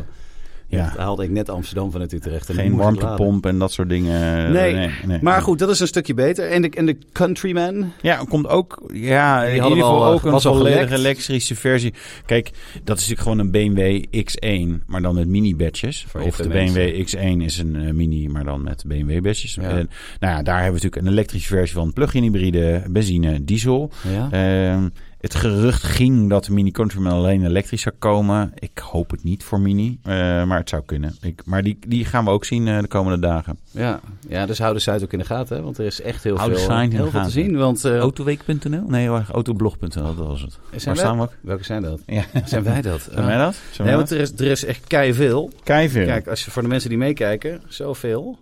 Speaker 1: Ja.
Speaker 2: Ja. haalde ik net Amsterdam vanuit Utrecht. En
Speaker 1: Geen
Speaker 2: moest laden.
Speaker 1: warmtepomp en dat soort dingen. eh,
Speaker 2: Nee, maar goed, dat is een stukje beter. En de, en de Countryman.
Speaker 1: Ja, komt ook. Ja, in ieder
Speaker 2: hadden we
Speaker 1: geval
Speaker 2: al, eh,
Speaker 1: ook een
Speaker 2: was al
Speaker 1: volledige
Speaker 2: gelekt.
Speaker 1: elektrische versie. Kijk, dat is natuurlijk gewoon een BMW X1, maar dan met mini-badges.
Speaker 2: Voor
Speaker 1: Of de
Speaker 2: even mensen.
Speaker 1: BMW X1 is een eh, mini, maar dan met BMW-badges.
Speaker 2: Ja.
Speaker 1: En nou ja, daar hebben we natuurlijk een elektrische versie van plug-in hybride, benzine, diesel.
Speaker 2: Ja.
Speaker 1: Ehm, het gerucht ging dat de Mini Countryman alleen elektrisch zou komen. Ik hoop het niet voor Mini, eh, maar het zou kunnen. Ik, maar die, die gaan we ook zien eh, de komende dagen.
Speaker 2: Ja. ja, dus hou de site ook in de gaten. hè, Want er is echt heel
Speaker 1: Hou de
Speaker 2: veel,
Speaker 1: site in de
Speaker 2: heel veel te
Speaker 1: gaten. Oh.
Speaker 2: zien. Want, eh,
Speaker 1: Autoweek.nl? Nee, heel erg, autoblog.nl, dat was het.
Speaker 2: zijn
Speaker 1: Waar
Speaker 2: wij-
Speaker 1: staan we ook?
Speaker 2: Welke zijn dat?
Speaker 1: Ja.
Speaker 2: Zijn wij dat? Ah.
Speaker 1: Zijn wij dat? Zijn
Speaker 2: Nee,
Speaker 1: wij
Speaker 2: want
Speaker 1: dat?
Speaker 2: er is, er is echt keiveel.
Speaker 1: Keiveel.
Speaker 2: Kijk, als je, voor de mensen die meekijken, zoveel.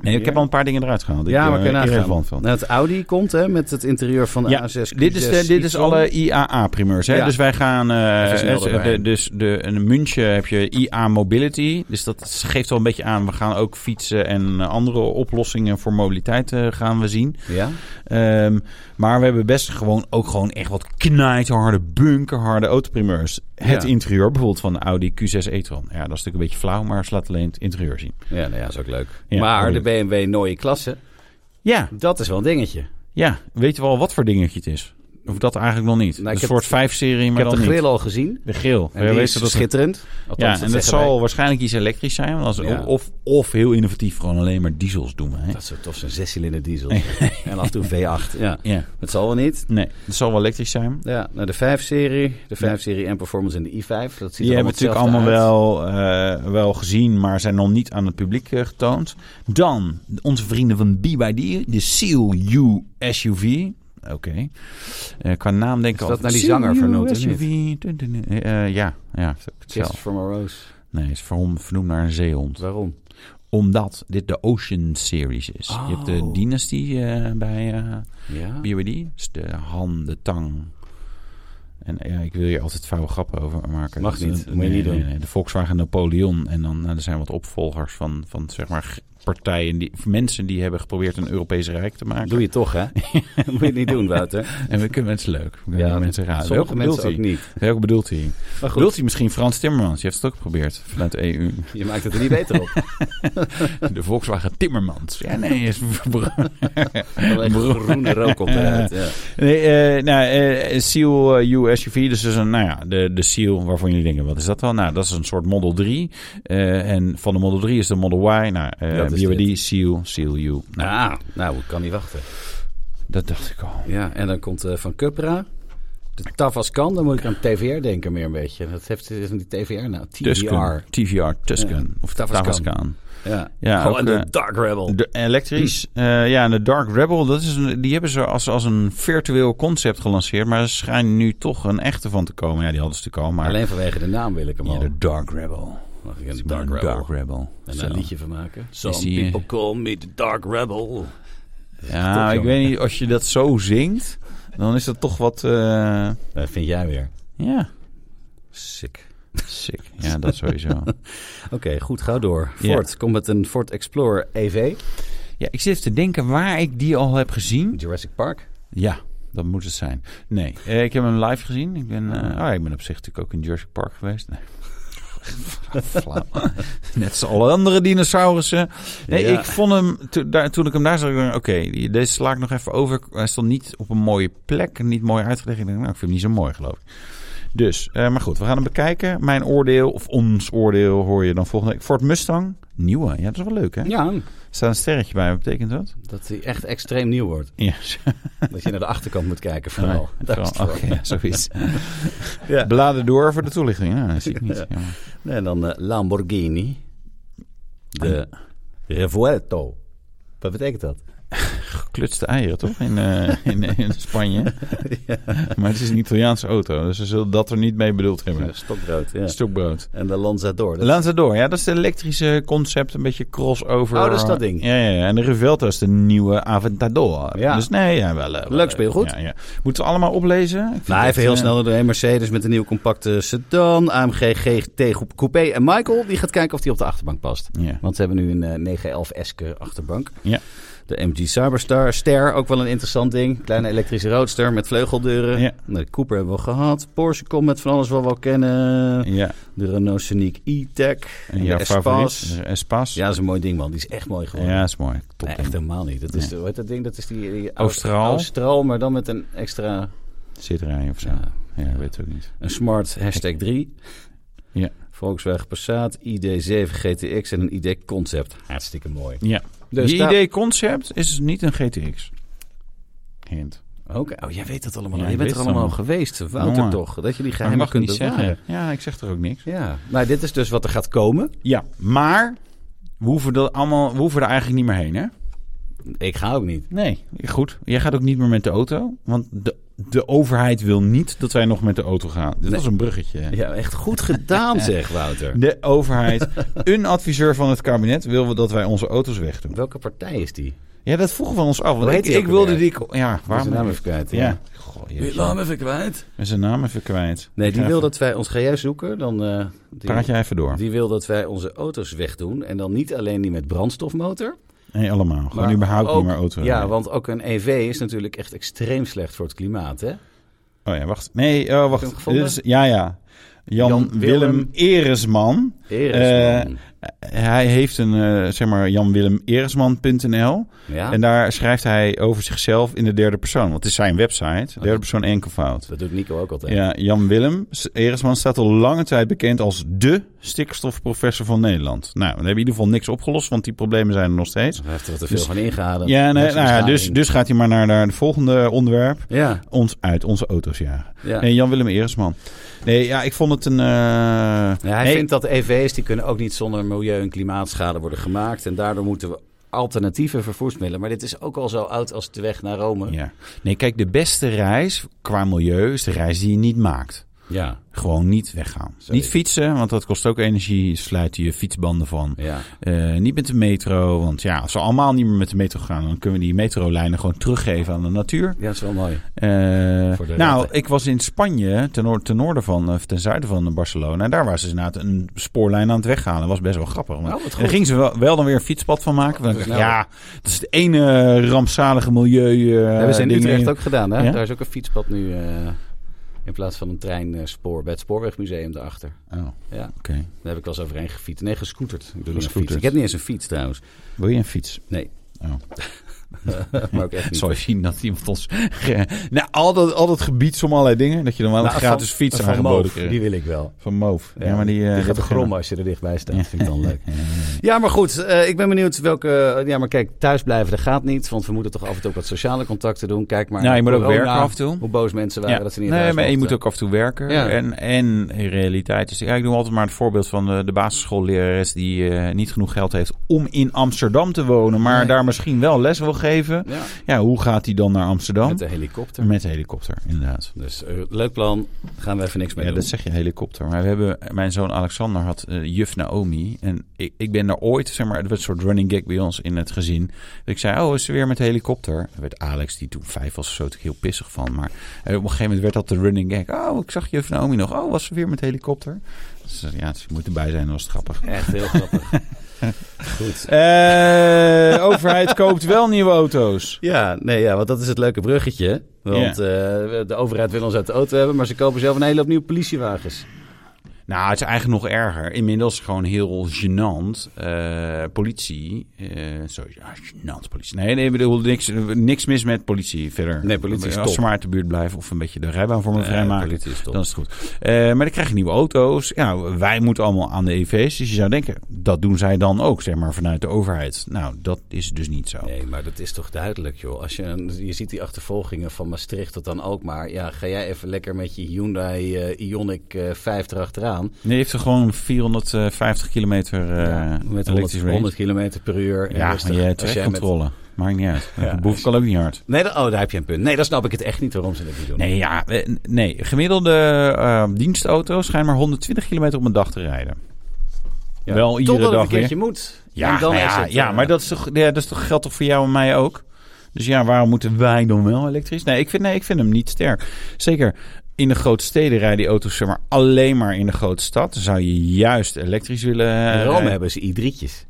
Speaker 1: Nee, ik heb al een paar dingen eruit gehaald.
Speaker 2: Ja,
Speaker 1: ik,
Speaker 2: maar
Speaker 1: eh,
Speaker 2: kun je nagaan.
Speaker 1: irrelevant van.
Speaker 2: Nou, het Audi komt hè, met het interieur van de
Speaker 1: Ja,
Speaker 2: A6. Q6,
Speaker 1: Dit is, de, dit is
Speaker 2: Ypsilon.
Speaker 1: alle IAA-primeurs. hè.
Speaker 2: Ja.
Speaker 1: Dus wij gaan... eh,
Speaker 2: Even snel
Speaker 1: eh, de-
Speaker 2: erbij.
Speaker 1: dus de, in München heb je IA Mobility. Dus dat geeft al een beetje aan. We gaan ook fietsen en eh, andere oplossingen voor mobiliteit eh, gaan we zien.
Speaker 2: Ja?
Speaker 1: Ehm, maar we hebben best gewoon ook gewoon echt wat knijterharde, bunkerharde autoprimeurs. Het
Speaker 2: Ja.
Speaker 1: interieur bijvoorbeeld van de Audi Q6 e-tron. Ja, dat is natuurlijk een beetje flauw, maar ze laat alleen het interieur zien.
Speaker 2: Ja, nou ja, is ook leuk.
Speaker 1: Ja,
Speaker 2: maar de
Speaker 1: absoluut.
Speaker 2: BMW Nooie Klasse,
Speaker 1: Ja,
Speaker 2: dat is wel een dingetje.
Speaker 1: Ja, weten we al wat voor dingetje het is? Of dat eigenlijk nog niet?
Speaker 2: Nou, ik
Speaker 1: een
Speaker 2: heb-
Speaker 1: soort 5-serie,
Speaker 2: Ik
Speaker 1: maar
Speaker 2: heb de
Speaker 1: dan
Speaker 2: grill
Speaker 1: niet.
Speaker 2: al gezien.
Speaker 1: De grill.
Speaker 2: En die
Speaker 1: weten
Speaker 2: is
Speaker 1: dat het-
Speaker 2: schitterend. Althans,
Speaker 1: ja, en dat
Speaker 2: zeggen
Speaker 1: zal
Speaker 2: wij.
Speaker 1: waarschijnlijk iets elektrisch zijn. want als-
Speaker 2: Ja.
Speaker 1: of, of heel innovatief, gewoon alleen maar diesels doen. Hè?
Speaker 2: Dat is zo tof, zo'n zescilinder diesel. en af en toe V8. Ja,
Speaker 1: Ja,
Speaker 2: dat zal wel niet.
Speaker 1: nee, dat zal wel elektrisch zijn.
Speaker 2: Ja, nou de 5-serie, de 5-serie en Performance en de i5. Dat ziet
Speaker 1: Die
Speaker 2: er
Speaker 1: hebben we natuurlijk allemaal wel, eh, wel gezien, maar zijn nog niet aan het publiek eh, getoond. Dan onze vrienden van BYD, de Seal U SUV. Oké. Eh, qua naam denk ik
Speaker 2: Is
Speaker 1: al.
Speaker 2: dat naar die zanger vernoot, of niet?
Speaker 1: SUV. dun, dun, dun. Eh, eh, ja, ja.
Speaker 2: Kiss from a Rose.
Speaker 1: Nee, is verhom- vernoemd naar een zeehond.
Speaker 2: Waarom?
Speaker 1: Omdat dit de Ocean Series is. Je hebt de
Speaker 2: Oh.
Speaker 1: Dynasty eh, bij eh
Speaker 2: Ja.
Speaker 1: BYD. Dus de Han, de Tang. En ja, ik wil hier altijd vuile grappen over maken.
Speaker 2: Mag
Speaker 1: Dat
Speaker 2: niet,
Speaker 1: is een-
Speaker 2: moet je niet
Speaker 1: nee,
Speaker 2: doen.
Speaker 1: nee, nee. de Volkswagen Napoleon. En dan nou, er zijn wat opvolgers van, van zeg maar g- partijen. Die, of mensen die hebben geprobeerd een Europees rijk te maken.
Speaker 2: Doe je toch, hè? Moet je het niet doen, Wouter.
Speaker 1: En we kunnen mensen leuk. We kunnen mensen raden.
Speaker 2: Sommige
Speaker 1: Welke
Speaker 2: mensen ook
Speaker 1: bedoelt hij?
Speaker 2: niet.
Speaker 1: Welke bedoelt hij?
Speaker 2: Maar goed,
Speaker 1: Bedoelt hij misschien Frans Timmermans? Je hebt het ook geprobeerd vanuit de EU.
Speaker 2: je maakt het er niet beter op.
Speaker 1: De Volkswagen Timmermans. Ja, nee, is
Speaker 2: Wel echt groene rook komt eruit. Ja.
Speaker 1: nee eh, nou, eh, Seal eh, U SUV, dus is een, nou ja, de, de Seal waarvan jullie denken, wat is dat dan? Nou, dat is een soort Model 3. Eh, en van de Model 3 is de Model Y. Nou, eh,
Speaker 2: Ja, dat is
Speaker 1: BYD,
Speaker 2: dit.
Speaker 1: Seal, Seal You. Nou,
Speaker 2: Ah, nou, ik kan niet wachten.
Speaker 1: dat dacht ik al.
Speaker 2: Ja, en dan komt eh, Van Cupra. De Tavascan, dan moet ik aan TVR denken meer een beetje. Dat heeft eh, van die TVR nou, TVR.
Speaker 1: Tuscan, TVR, Tuscan
Speaker 2: Ja.
Speaker 1: of
Speaker 2: Tavascan.
Speaker 1: Tavascan.
Speaker 2: Ja,
Speaker 1: Ja,
Speaker 2: Gewoon
Speaker 1: ook,
Speaker 2: de Hm.
Speaker 1: eh,
Speaker 2: Dark Rebel.
Speaker 1: De elektrisch. eh, ja, en de Dark Rebel, dat is een, die hebben ze als, als een virtueel concept gelanceerd. Maar er schijnt nu toch een echte van te komen. Ja, die hadden ze te komen. Maar
Speaker 2: Alleen vanwege de naam wil ik hem
Speaker 1: ja,
Speaker 2: al.
Speaker 1: de Dark Rebel.
Speaker 2: Mag ik een
Speaker 1: Maar
Speaker 2: Dark
Speaker 1: een
Speaker 2: Rebel.
Speaker 1: Dark Rebel.
Speaker 2: En
Speaker 1: Zo.
Speaker 2: daar een liedje van maken.
Speaker 1: Is die, eh,
Speaker 2: call me the Dark Rebel.
Speaker 1: Ja, ik weet niet, als je dat zo zingt, dan is dat toch wat... eh,
Speaker 2: Dat vind jij weer.
Speaker 1: ja,
Speaker 2: Sick.
Speaker 1: sick. Ja, dat sowieso.
Speaker 2: Oké, goed, ga door.
Speaker 1: Ja.
Speaker 2: Ford, komt met een Ford Explorer E EV.
Speaker 1: Ja, ik zit even te denken waar ik die al heb gezien.
Speaker 2: Jurassic Park.
Speaker 1: Ja, dat moet het zijn. Nee, eh, ik heb hem live gezien. Ik ben, eh, oh, ja, ik ben op zich natuurlijk ook in Jurassic Park geweest. Nee. Flauw. Net zoals alle andere dinosaurussen. Nee,
Speaker 2: Ja.
Speaker 1: ik vond hem, to- daar, toen ik hem daar zag, ik dacht, oké, die- deze sla ik nog even over. Hij stond niet op een mooie plek, niet mooi uitgelegd. Ik denk, nou, ik vind hem niet zo mooi, geloof ik. Dus, eh, maar goed, we gaan hem bekijken. Mijn oordeel, of ons oordeel, hoor je dan volgende week. Ford Mustang, nieuwe. Ja, dat is wel leuk, hè? Er
Speaker 2: Ja,
Speaker 1: staat een sterretje bij, wat betekent dat?
Speaker 2: dat die echt extreem nieuw wordt.
Speaker 1: Ja,
Speaker 2: Dat je naar de achterkant moet kijken vooral.
Speaker 1: Nee,
Speaker 2: Daar Oh, is
Speaker 1: vooral.
Speaker 2: het voor.
Speaker 1: Oké, ja, zoiets.
Speaker 2: Ja.
Speaker 1: Bladen door voor de toelichting. Nou, dat zie ik niet. Jammer.
Speaker 2: Nee, en dan eh, Lamborghini. De Revuelto. Wat betekent dat?
Speaker 1: Geklutste eieren, toch? In, eh, in, in Spanje. Maar het is een Italiaanse auto, dus ze zullen dat er niet mee bedoeld hebben.
Speaker 2: Stokbrood, ja.
Speaker 1: Stokbrood.
Speaker 2: En de Lanzador. Dat-
Speaker 1: Lanzador, ja, dat is het elektrische concept, een beetje crossover.
Speaker 2: Oh, dat is dat ding.
Speaker 1: Ja, ja, ja. en de Revelto is de nieuwe Aventador.
Speaker 2: Ja.
Speaker 1: Dus nee, ja, wel. eh, wel,
Speaker 2: Leuk
Speaker 1: eh,
Speaker 2: speelgoed.
Speaker 1: Ja, ja. Moeten we allemaal oplezen? Ik vind
Speaker 2: Nou,
Speaker 1: het,
Speaker 2: even heel
Speaker 1: eh,
Speaker 2: snel er doorheen. Mercedes met een nieuw compacte sedan. AMG GT groep Coupé. En Michael, die gaat kijken of die op de achterbank past.
Speaker 1: Ja.
Speaker 2: Want ze hebben nu een eh, 911 Eske achterbank.
Speaker 1: Ja.
Speaker 2: De MG Cyberstar. Ster, ook wel een interessant ding. Kleine elektrische roadster met vleugeldeuren.
Speaker 1: Ja.
Speaker 2: Nou, De Cooper hebben we al gehad. Porsche komt met van alles wat we al kennen.
Speaker 1: Ja,
Speaker 2: De Renault Scenic e-tech.
Speaker 1: en
Speaker 2: En
Speaker 1: jouw
Speaker 2: de
Speaker 1: favoriet?
Speaker 2: Espace.
Speaker 1: Espas.
Speaker 2: Dus Ja, dat is een mooi ding, man. Die is echt mooi geworden.
Speaker 1: ja, is mooi. Top.
Speaker 2: Nee,
Speaker 1: ding.
Speaker 2: echt helemaal niet. Dat is, de- hoe heet dat ding? Dat is die, die
Speaker 1: Austraal.
Speaker 2: Austraal, maar dan met een extra...
Speaker 1: Zit erin of zo.
Speaker 2: Ja.
Speaker 1: Ja, ik weet het ook niet.
Speaker 2: Een Smart Hashtag 3.
Speaker 1: Ja.
Speaker 2: Volkswagen Passat, ID7 GTX en een ID Concept. Hartstikke mooi.
Speaker 1: Ja.
Speaker 2: Dus
Speaker 1: die
Speaker 2: daar-
Speaker 1: idee concept is niet een GTX. Hint.
Speaker 2: Oké, oh, jij weet dat allemaal.
Speaker 1: Ja,
Speaker 2: al. je
Speaker 1: ik
Speaker 2: bent er
Speaker 1: weet
Speaker 2: allemaal al
Speaker 1: het
Speaker 2: geweest, Wouter
Speaker 1: Jongen.
Speaker 2: toch? Dat je die
Speaker 1: Maar ik
Speaker 2: geheimen
Speaker 1: mag het
Speaker 2: kunt
Speaker 1: niet
Speaker 2: bewaren.
Speaker 1: zeggen. Ja, ik zeg er ook niks.
Speaker 2: Ja, maar dit is dus wat er gaat komen.
Speaker 1: Ja, maar we hoeven, dat allemaal, we hoeven er eigenlijk niet meer heen, hè?
Speaker 2: Ik ga ook niet.
Speaker 1: Nee. Goed. Jij gaat ook niet meer met de auto, want de, de overheid wil niet dat wij nog met de auto gaan. Dit was een bruggetje. hè?
Speaker 2: Ja, echt goed gedaan zeg, Wouter.
Speaker 1: De overheid, een adviseur van het kabinet, wil dat wij onze auto's wegdoen.
Speaker 2: Welke partij is die?
Speaker 1: Ja, dat vroegen we ons af. Want
Speaker 2: Hoe heet
Speaker 1: ik,
Speaker 2: die
Speaker 1: ik
Speaker 2: ook
Speaker 1: wilde
Speaker 2: alweer?
Speaker 1: die... Ja,
Speaker 2: Waar zijn naam
Speaker 1: waarom...
Speaker 2: even kwijt.
Speaker 1: Ja. Goh, jeetje.
Speaker 2: even kwijt.
Speaker 1: Ik ben zijn naam even kwijt.
Speaker 2: Nee,
Speaker 1: Ik
Speaker 2: die
Speaker 1: ga
Speaker 2: wil
Speaker 1: even-
Speaker 2: dat wij ons... Ga jij zoeken? Dan, eh, die,
Speaker 1: Praat jij even door.
Speaker 2: die wil dat wij onze auto's wegdoen. En dan niet alleen die met brandstofmotor.
Speaker 1: Nee, allemaal. Gewoon
Speaker 2: Maar
Speaker 1: überhaupt
Speaker 2: ook-
Speaker 1: niet meer auto.
Speaker 2: Ja,
Speaker 1: rijden.
Speaker 2: want ook een EV is natuurlijk echt extreem slecht voor het klimaat, hè?
Speaker 1: Oh ja, wacht. Nee, oh,
Speaker 2: Heb je hem
Speaker 1: wacht.
Speaker 2: gevonden?
Speaker 1: Dit is, ja, ja. Jan,
Speaker 2: Jan
Speaker 1: Willem,
Speaker 2: Willem
Speaker 1: Eresman.
Speaker 2: Erisman.
Speaker 1: Eh, hij heeft een, eh, zeg maar, janwillemeresman.nl.
Speaker 2: ja,
Speaker 1: En daar schrijft hij over zichzelf in de derde persoon. Want het is zijn website.
Speaker 2: Oh.
Speaker 1: Derde persoon enkelvoud.
Speaker 2: dat doet Nico ook altijd.
Speaker 1: Ja, Jan Willem S- Eresman staat al lange tijd bekend als dé stikstofprofessor van Nederland. Nou, dan hebben we in ieder geval niks opgelost, want die problemen zijn er nog steeds.
Speaker 2: Hij heeft er wat te veel
Speaker 1: Dus-
Speaker 2: van ingehaald.
Speaker 1: Ja, nee, nou ja, dus, dus gaat hij maar naar, naar het volgende onderwerp.
Speaker 2: Ja,
Speaker 1: Ons uit onze auto's jagen.
Speaker 2: ja.
Speaker 1: Nee, Jan-Willem Eresman. Nee, ja, ik vond het een... eh,
Speaker 2: Ja, hij
Speaker 1: nee,
Speaker 2: vindt dat EV's die kunnen ook niet zonder milieu- en klimaatschade worden gemaakt. En daardoor moeten we alternatieve vervoersmiddelen. Maar dit is ook al zo oud als de weg naar Rome.
Speaker 1: Ja. Nee, kijk, de beste reis qua milieu is de reis die je niet maakt.
Speaker 2: ja.
Speaker 1: Gewoon niet weggaan.
Speaker 2: Sorry.
Speaker 1: Niet fietsen, want dat kost ook energie. Je Sluit je fietsbanden van.
Speaker 2: ja.
Speaker 1: Eh, niet met de metro, want ja, als we allemaal niet meer met de metro gaan... dan kunnen we die metrolijnen gewoon teruggeven aan de natuur.
Speaker 2: Ja, dat is wel mooi.
Speaker 1: Eh,
Speaker 2: Voor de
Speaker 1: nou,
Speaker 2: ratten.
Speaker 1: ik was in Spanje, ten, noor- ten noorden van, of ten zuiden van Barcelona. En daar waren ze inderdaad een spoorlijn aan het weghalen. Dat was best wel grappig. want-
Speaker 2: Nou,
Speaker 1: en
Speaker 2: wat
Speaker 1: daar
Speaker 2: goed.
Speaker 1: gingen ze wel, wel dan weer een fietspad van maken. Want ik dacht,
Speaker 2: Nou.
Speaker 1: ja, dat is het ene rampzalige milieu. eh,
Speaker 2: hebben ze in
Speaker 1: ding.
Speaker 2: Utrecht ook gedaan, hè?
Speaker 1: Ja?
Speaker 2: Daar is ook een fietspad nu eh, in plaats van een treinspoor bij het Spoorwegmuseum daarachter.
Speaker 1: Oh, oké.
Speaker 2: Ja. Daar heb ik wel eens overheen gefietst. Nee, gescooterd. Ik, doe niet aan
Speaker 1: Gescooterd.
Speaker 2: fietsen. ik heb niet eens een fiets trouwens.
Speaker 1: Wil je een fiets?
Speaker 2: Nee.
Speaker 1: Oh.
Speaker 2: maar ook echt niet.
Speaker 1: Zou je zien dat iemand ons... nou, al dat, al dat gebied om allerlei dingen. Dat je dan wel een
Speaker 2: Nou,
Speaker 1: gratis
Speaker 2: van-
Speaker 1: fiets
Speaker 2: van
Speaker 1: aangeboden
Speaker 2: Moof,
Speaker 1: krijgt.
Speaker 2: Die wil ik wel.
Speaker 1: Van Moof. Ja, maar die... eh,
Speaker 2: gaat
Speaker 1: dat-
Speaker 2: grommen als je er dichtbij staat. Vind ik dan leuk. Ja, maar goed. eh, ik ben benieuwd welke... eh, Ja, maar kijk, thuisblijven, dat gaat niet. Want we moeten toch af en toe ook wat sociale contacten doen. Kijk maar
Speaker 1: Nou, je
Speaker 2: naar
Speaker 1: moet ook
Speaker 2: corona,
Speaker 1: werken af en toe.
Speaker 2: Hoe boos mensen waren
Speaker 1: Ja.
Speaker 2: dat ze niet
Speaker 1: nee,
Speaker 2: thuis
Speaker 1: maar je moet
Speaker 2: mochten.
Speaker 1: ook af en toe werken.
Speaker 2: Ja.
Speaker 1: En, en in realiteit. Dus ja, ik doe altijd maar het voorbeeld van de, de basisschoollerares die eh, niet genoeg geld heeft om in Amsterdam te wonen, maar
Speaker 2: Nee.
Speaker 1: daar misschien wel les wil geven. Ja, hoe gaat hij dan naar Amsterdam?
Speaker 2: Met
Speaker 1: Met
Speaker 2: de helikopter.
Speaker 1: de, helikopter, inderdaad.
Speaker 2: Dus eh, leuk plan. Gaan we even niks mee
Speaker 1: Ja,
Speaker 2: doen.
Speaker 1: dat zeg je helikopter. Maar we hebben, mijn zoon Alexander had eh, juf Naomi. En ik, ik ben daar ooit, zeg maar, het werd een soort running gag bij ons in het gezin. Dat ik zei, oh, is ze weer met helikopter? Daar werd Alex, die toen vijf was of zo, natuurlijk heel pissig van. Maar eh, op een gegeven moment werd dat de running gag. Oh, ik zag juf Naomi nog. Oh, was ze weer met helikopter? Dus eh, ja, ze moet erbij zijn, dat was het grappig.
Speaker 2: Echt heel grappig. Goed.
Speaker 1: Eh, overheid koopt wel nieuwe auto's.
Speaker 2: Ja, nee, ja, want dat is het leuke bruggetje. Want eh, de overheid wil ons uit de auto hebben, maar ze kopen zelf een hele hoop nieuwe politiewagens.
Speaker 1: Nou, het is eigenlijk nog erger. Inmiddels gewoon heel gênant. eh, politie. eh sorry, ja, gênant politie. Nee, nee, ik bedoel, niks, niks mis met politie verder.
Speaker 2: Nee, politie is
Speaker 1: Als ze
Speaker 2: top.
Speaker 1: maar uit de buurt blijven of een beetje de rijbaan voor me
Speaker 2: Eh,
Speaker 1: vrijmaken.
Speaker 2: politie is top.
Speaker 1: Dan is het goed. Eh, maar dan krijg je nieuwe auto's. Ja, wij moeten allemaal aan de EV's. Dus je zou denken, dat doen zij dan ook, zeg maar, vanuit de overheid. Nou, dat is dus niet zo.
Speaker 2: Nee, maar dat is toch duidelijk, joh. Als je, een- je ziet die achtervolgingen van Maastricht tot dan ook maar. Ja, ga jij even lekker met je Hyundai eh, Ioniq eh, 5 erachteraan.
Speaker 1: Nee, heeft er gewoon 450 kilometer eh
Speaker 2: Ja, met 100,
Speaker 1: elektrisch range.
Speaker 2: 100 km per uur. en
Speaker 1: Ja,
Speaker 2: rustig.
Speaker 1: maar je
Speaker 2: Als jij met-
Speaker 1: trekcontrole. Maakt niet uit.
Speaker 2: Ja,
Speaker 1: de boef kan ook niet hard.
Speaker 2: Nee, dat- oh, daar heb je een punt. Nee, dat snap ik het echt niet waarom ze dat niet doen.
Speaker 1: Nee, ja, eh, nee. gemiddelde eh, dienstauto's schijnen maar 120 kilometer op een dag te rijden.
Speaker 2: Ja.
Speaker 1: Wel iedere
Speaker 2: Totdat het
Speaker 1: dag
Speaker 2: een keertje moet.
Speaker 1: Ja,
Speaker 2: En dan
Speaker 1: nou
Speaker 2: is
Speaker 1: ja,
Speaker 2: het,
Speaker 1: ja
Speaker 2: eh,
Speaker 1: maar dat, is toch, ja, dat is toch geldt toch voor jou en mij ook? Dus ja, waarom moeten wij dan wel elektrisch? Nee, ik vind, nee, ik vind hem niet sterk. Zeker in de grote steden rijden die auto's zeg maar, alleen maar in de grote stad. Dan zou je juist elektrisch willen... eh,
Speaker 2: In Rome
Speaker 1: rijden.
Speaker 2: hebben ze i-drietjes.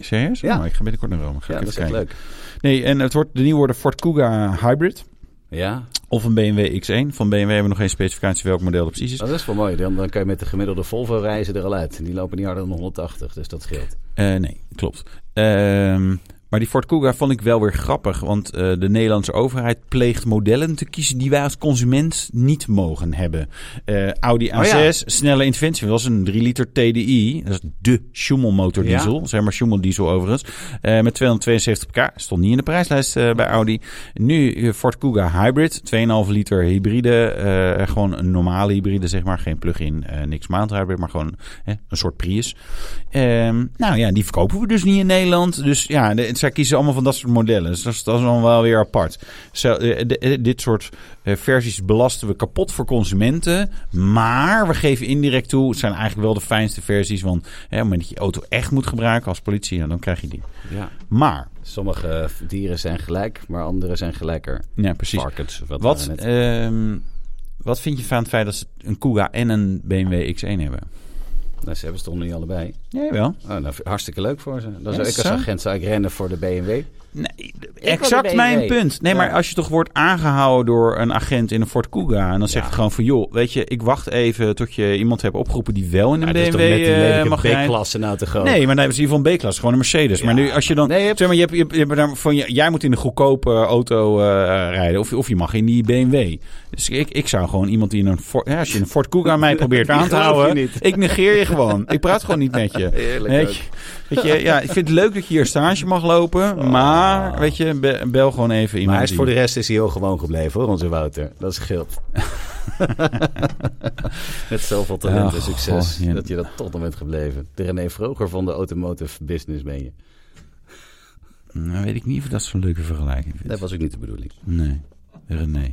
Speaker 1: Serieus?
Speaker 2: Ja.
Speaker 1: Oh, ik ga binnenkort naar Rome. Ga
Speaker 2: Ja,
Speaker 1: ik
Speaker 2: dat
Speaker 1: even
Speaker 2: is echt
Speaker 1: kijken.
Speaker 2: leuk.
Speaker 1: Nee, en het wordt de nieuwe wordt de Ford Kuga Hybrid.
Speaker 2: Ja,
Speaker 1: Of een BMW X1. Van BMW hebben we nog geen specificatie welk model dat precies is.
Speaker 2: Dat is wel mooi. Dan, dan kan je met de gemiddelde Volvo reizen er al uit. En die lopen niet harder dan 180, dus dat scheelt.
Speaker 1: Eh, nee, klopt. Ehm, maar die Ford Kuga vond ik wel weer grappig. Want eh, de Nederlandse overheid pleegt modellen te kiezen die wij als consument niet mogen hebben. Eh, Audi A6,
Speaker 2: Oh ja.
Speaker 1: snelle interventie. Dat was een 3 liter TDI. Dat is de Schummel motordiesel. Zeg maar Schummel diesel overigens. Eh, met 272 pk. Stond niet in de prijslijst eh, bij Audi. Nu eh, Ford Kuga Hybrid. 2,5 liter hybride. eh, gewoon een normale hybride zeg maar. Geen plug-in, eh, niks maandhybrid. Maar gewoon hè, een soort Prius. Ehm, nou ja, die verkopen we dus niet in Nederland. Dus ja, de, zij kiezen allemaal van dat soort modellen. Dus dat is, dat is dan wel weer apart. Zo, eh, de- eh, dit soort eh, versies belasten we kapot voor consumenten. Maar we geven indirect toe, het zijn eigenlijk wel de fijnste versies. Want hè, op het moment dat je je auto echt moet gebruiken als politie, ja, dan krijg je die.
Speaker 2: Ja.
Speaker 1: Maar,
Speaker 2: Sommige dieren zijn gelijk, maar andere zijn gelijker.
Speaker 1: ja, precies.
Speaker 2: Varkens, wat,
Speaker 1: Wat,
Speaker 2: waren het?
Speaker 1: ehm, wat vind je van het feit dat ze een Kuga en een BMW X1 hebben?
Speaker 2: Nou, ze hebben ze toch niet allebei.
Speaker 1: Ja, wel.
Speaker 2: Oh, nou, hartstikke leuk voor ze. Dan
Speaker 1: Ja,
Speaker 2: zou ik als
Speaker 1: zo.
Speaker 2: agent zou ik rennen voor de BMW.
Speaker 1: Nee,
Speaker 2: wil de
Speaker 1: exact
Speaker 2: BMW.
Speaker 1: mijn punt. Nee,
Speaker 2: Ja.
Speaker 1: maar als je toch wordt aangehouden door een agent in een Ford Kuga... en dan zegt hij gewoon van... joh, weet je, ik wacht even tot je iemand hebt opgeroepen... die wel in een
Speaker 2: Maar dat is
Speaker 1: BMW
Speaker 2: toch net die
Speaker 1: eh,
Speaker 2: lelijke
Speaker 1: mag rijden.
Speaker 2: B-klasse nou te groot.
Speaker 1: Nee, maar dan hebben ze hier van B-klasse. Gewoon een Mercedes. maar nu als je dan...
Speaker 2: Nee, je hebt-
Speaker 1: Zeg maar, je hebt, je hebt, je hebt daar van, je- jij moet in een goedkope auto eh, rijden. Of, of je mag in die BMW. Dus ik, ik zou gewoon iemand die in een Ford... Ja, als je een Ford Kuga mij probeert aan te
Speaker 2: geloof je
Speaker 1: houden...
Speaker 2: niet.
Speaker 1: Ik negeer je gewoon. Ik praat gewoon niet met je.
Speaker 2: Eerlijk
Speaker 1: Weet
Speaker 2: ook. Oh.
Speaker 1: je, weet je, ja, ik vind het leuk dat je hier stage mag lopen. Maar, weet je, be- bel gewoon even iemand.
Speaker 2: Maar hij is
Speaker 1: die-
Speaker 2: voor de rest is hij heel gewoon gebleven hoor, onze Wouter. Dat scheelt. Met zoveel talent
Speaker 1: Ach,
Speaker 2: en succes
Speaker 1: goh, ja.
Speaker 2: dat je dat tot nog bent gebleven. De René Vroger van de automotive business ben je.
Speaker 1: Nou, weet ik niet of dat zo'n leuke vergelijking vind.
Speaker 2: Dat was ook niet de bedoeling.
Speaker 1: Nee, René.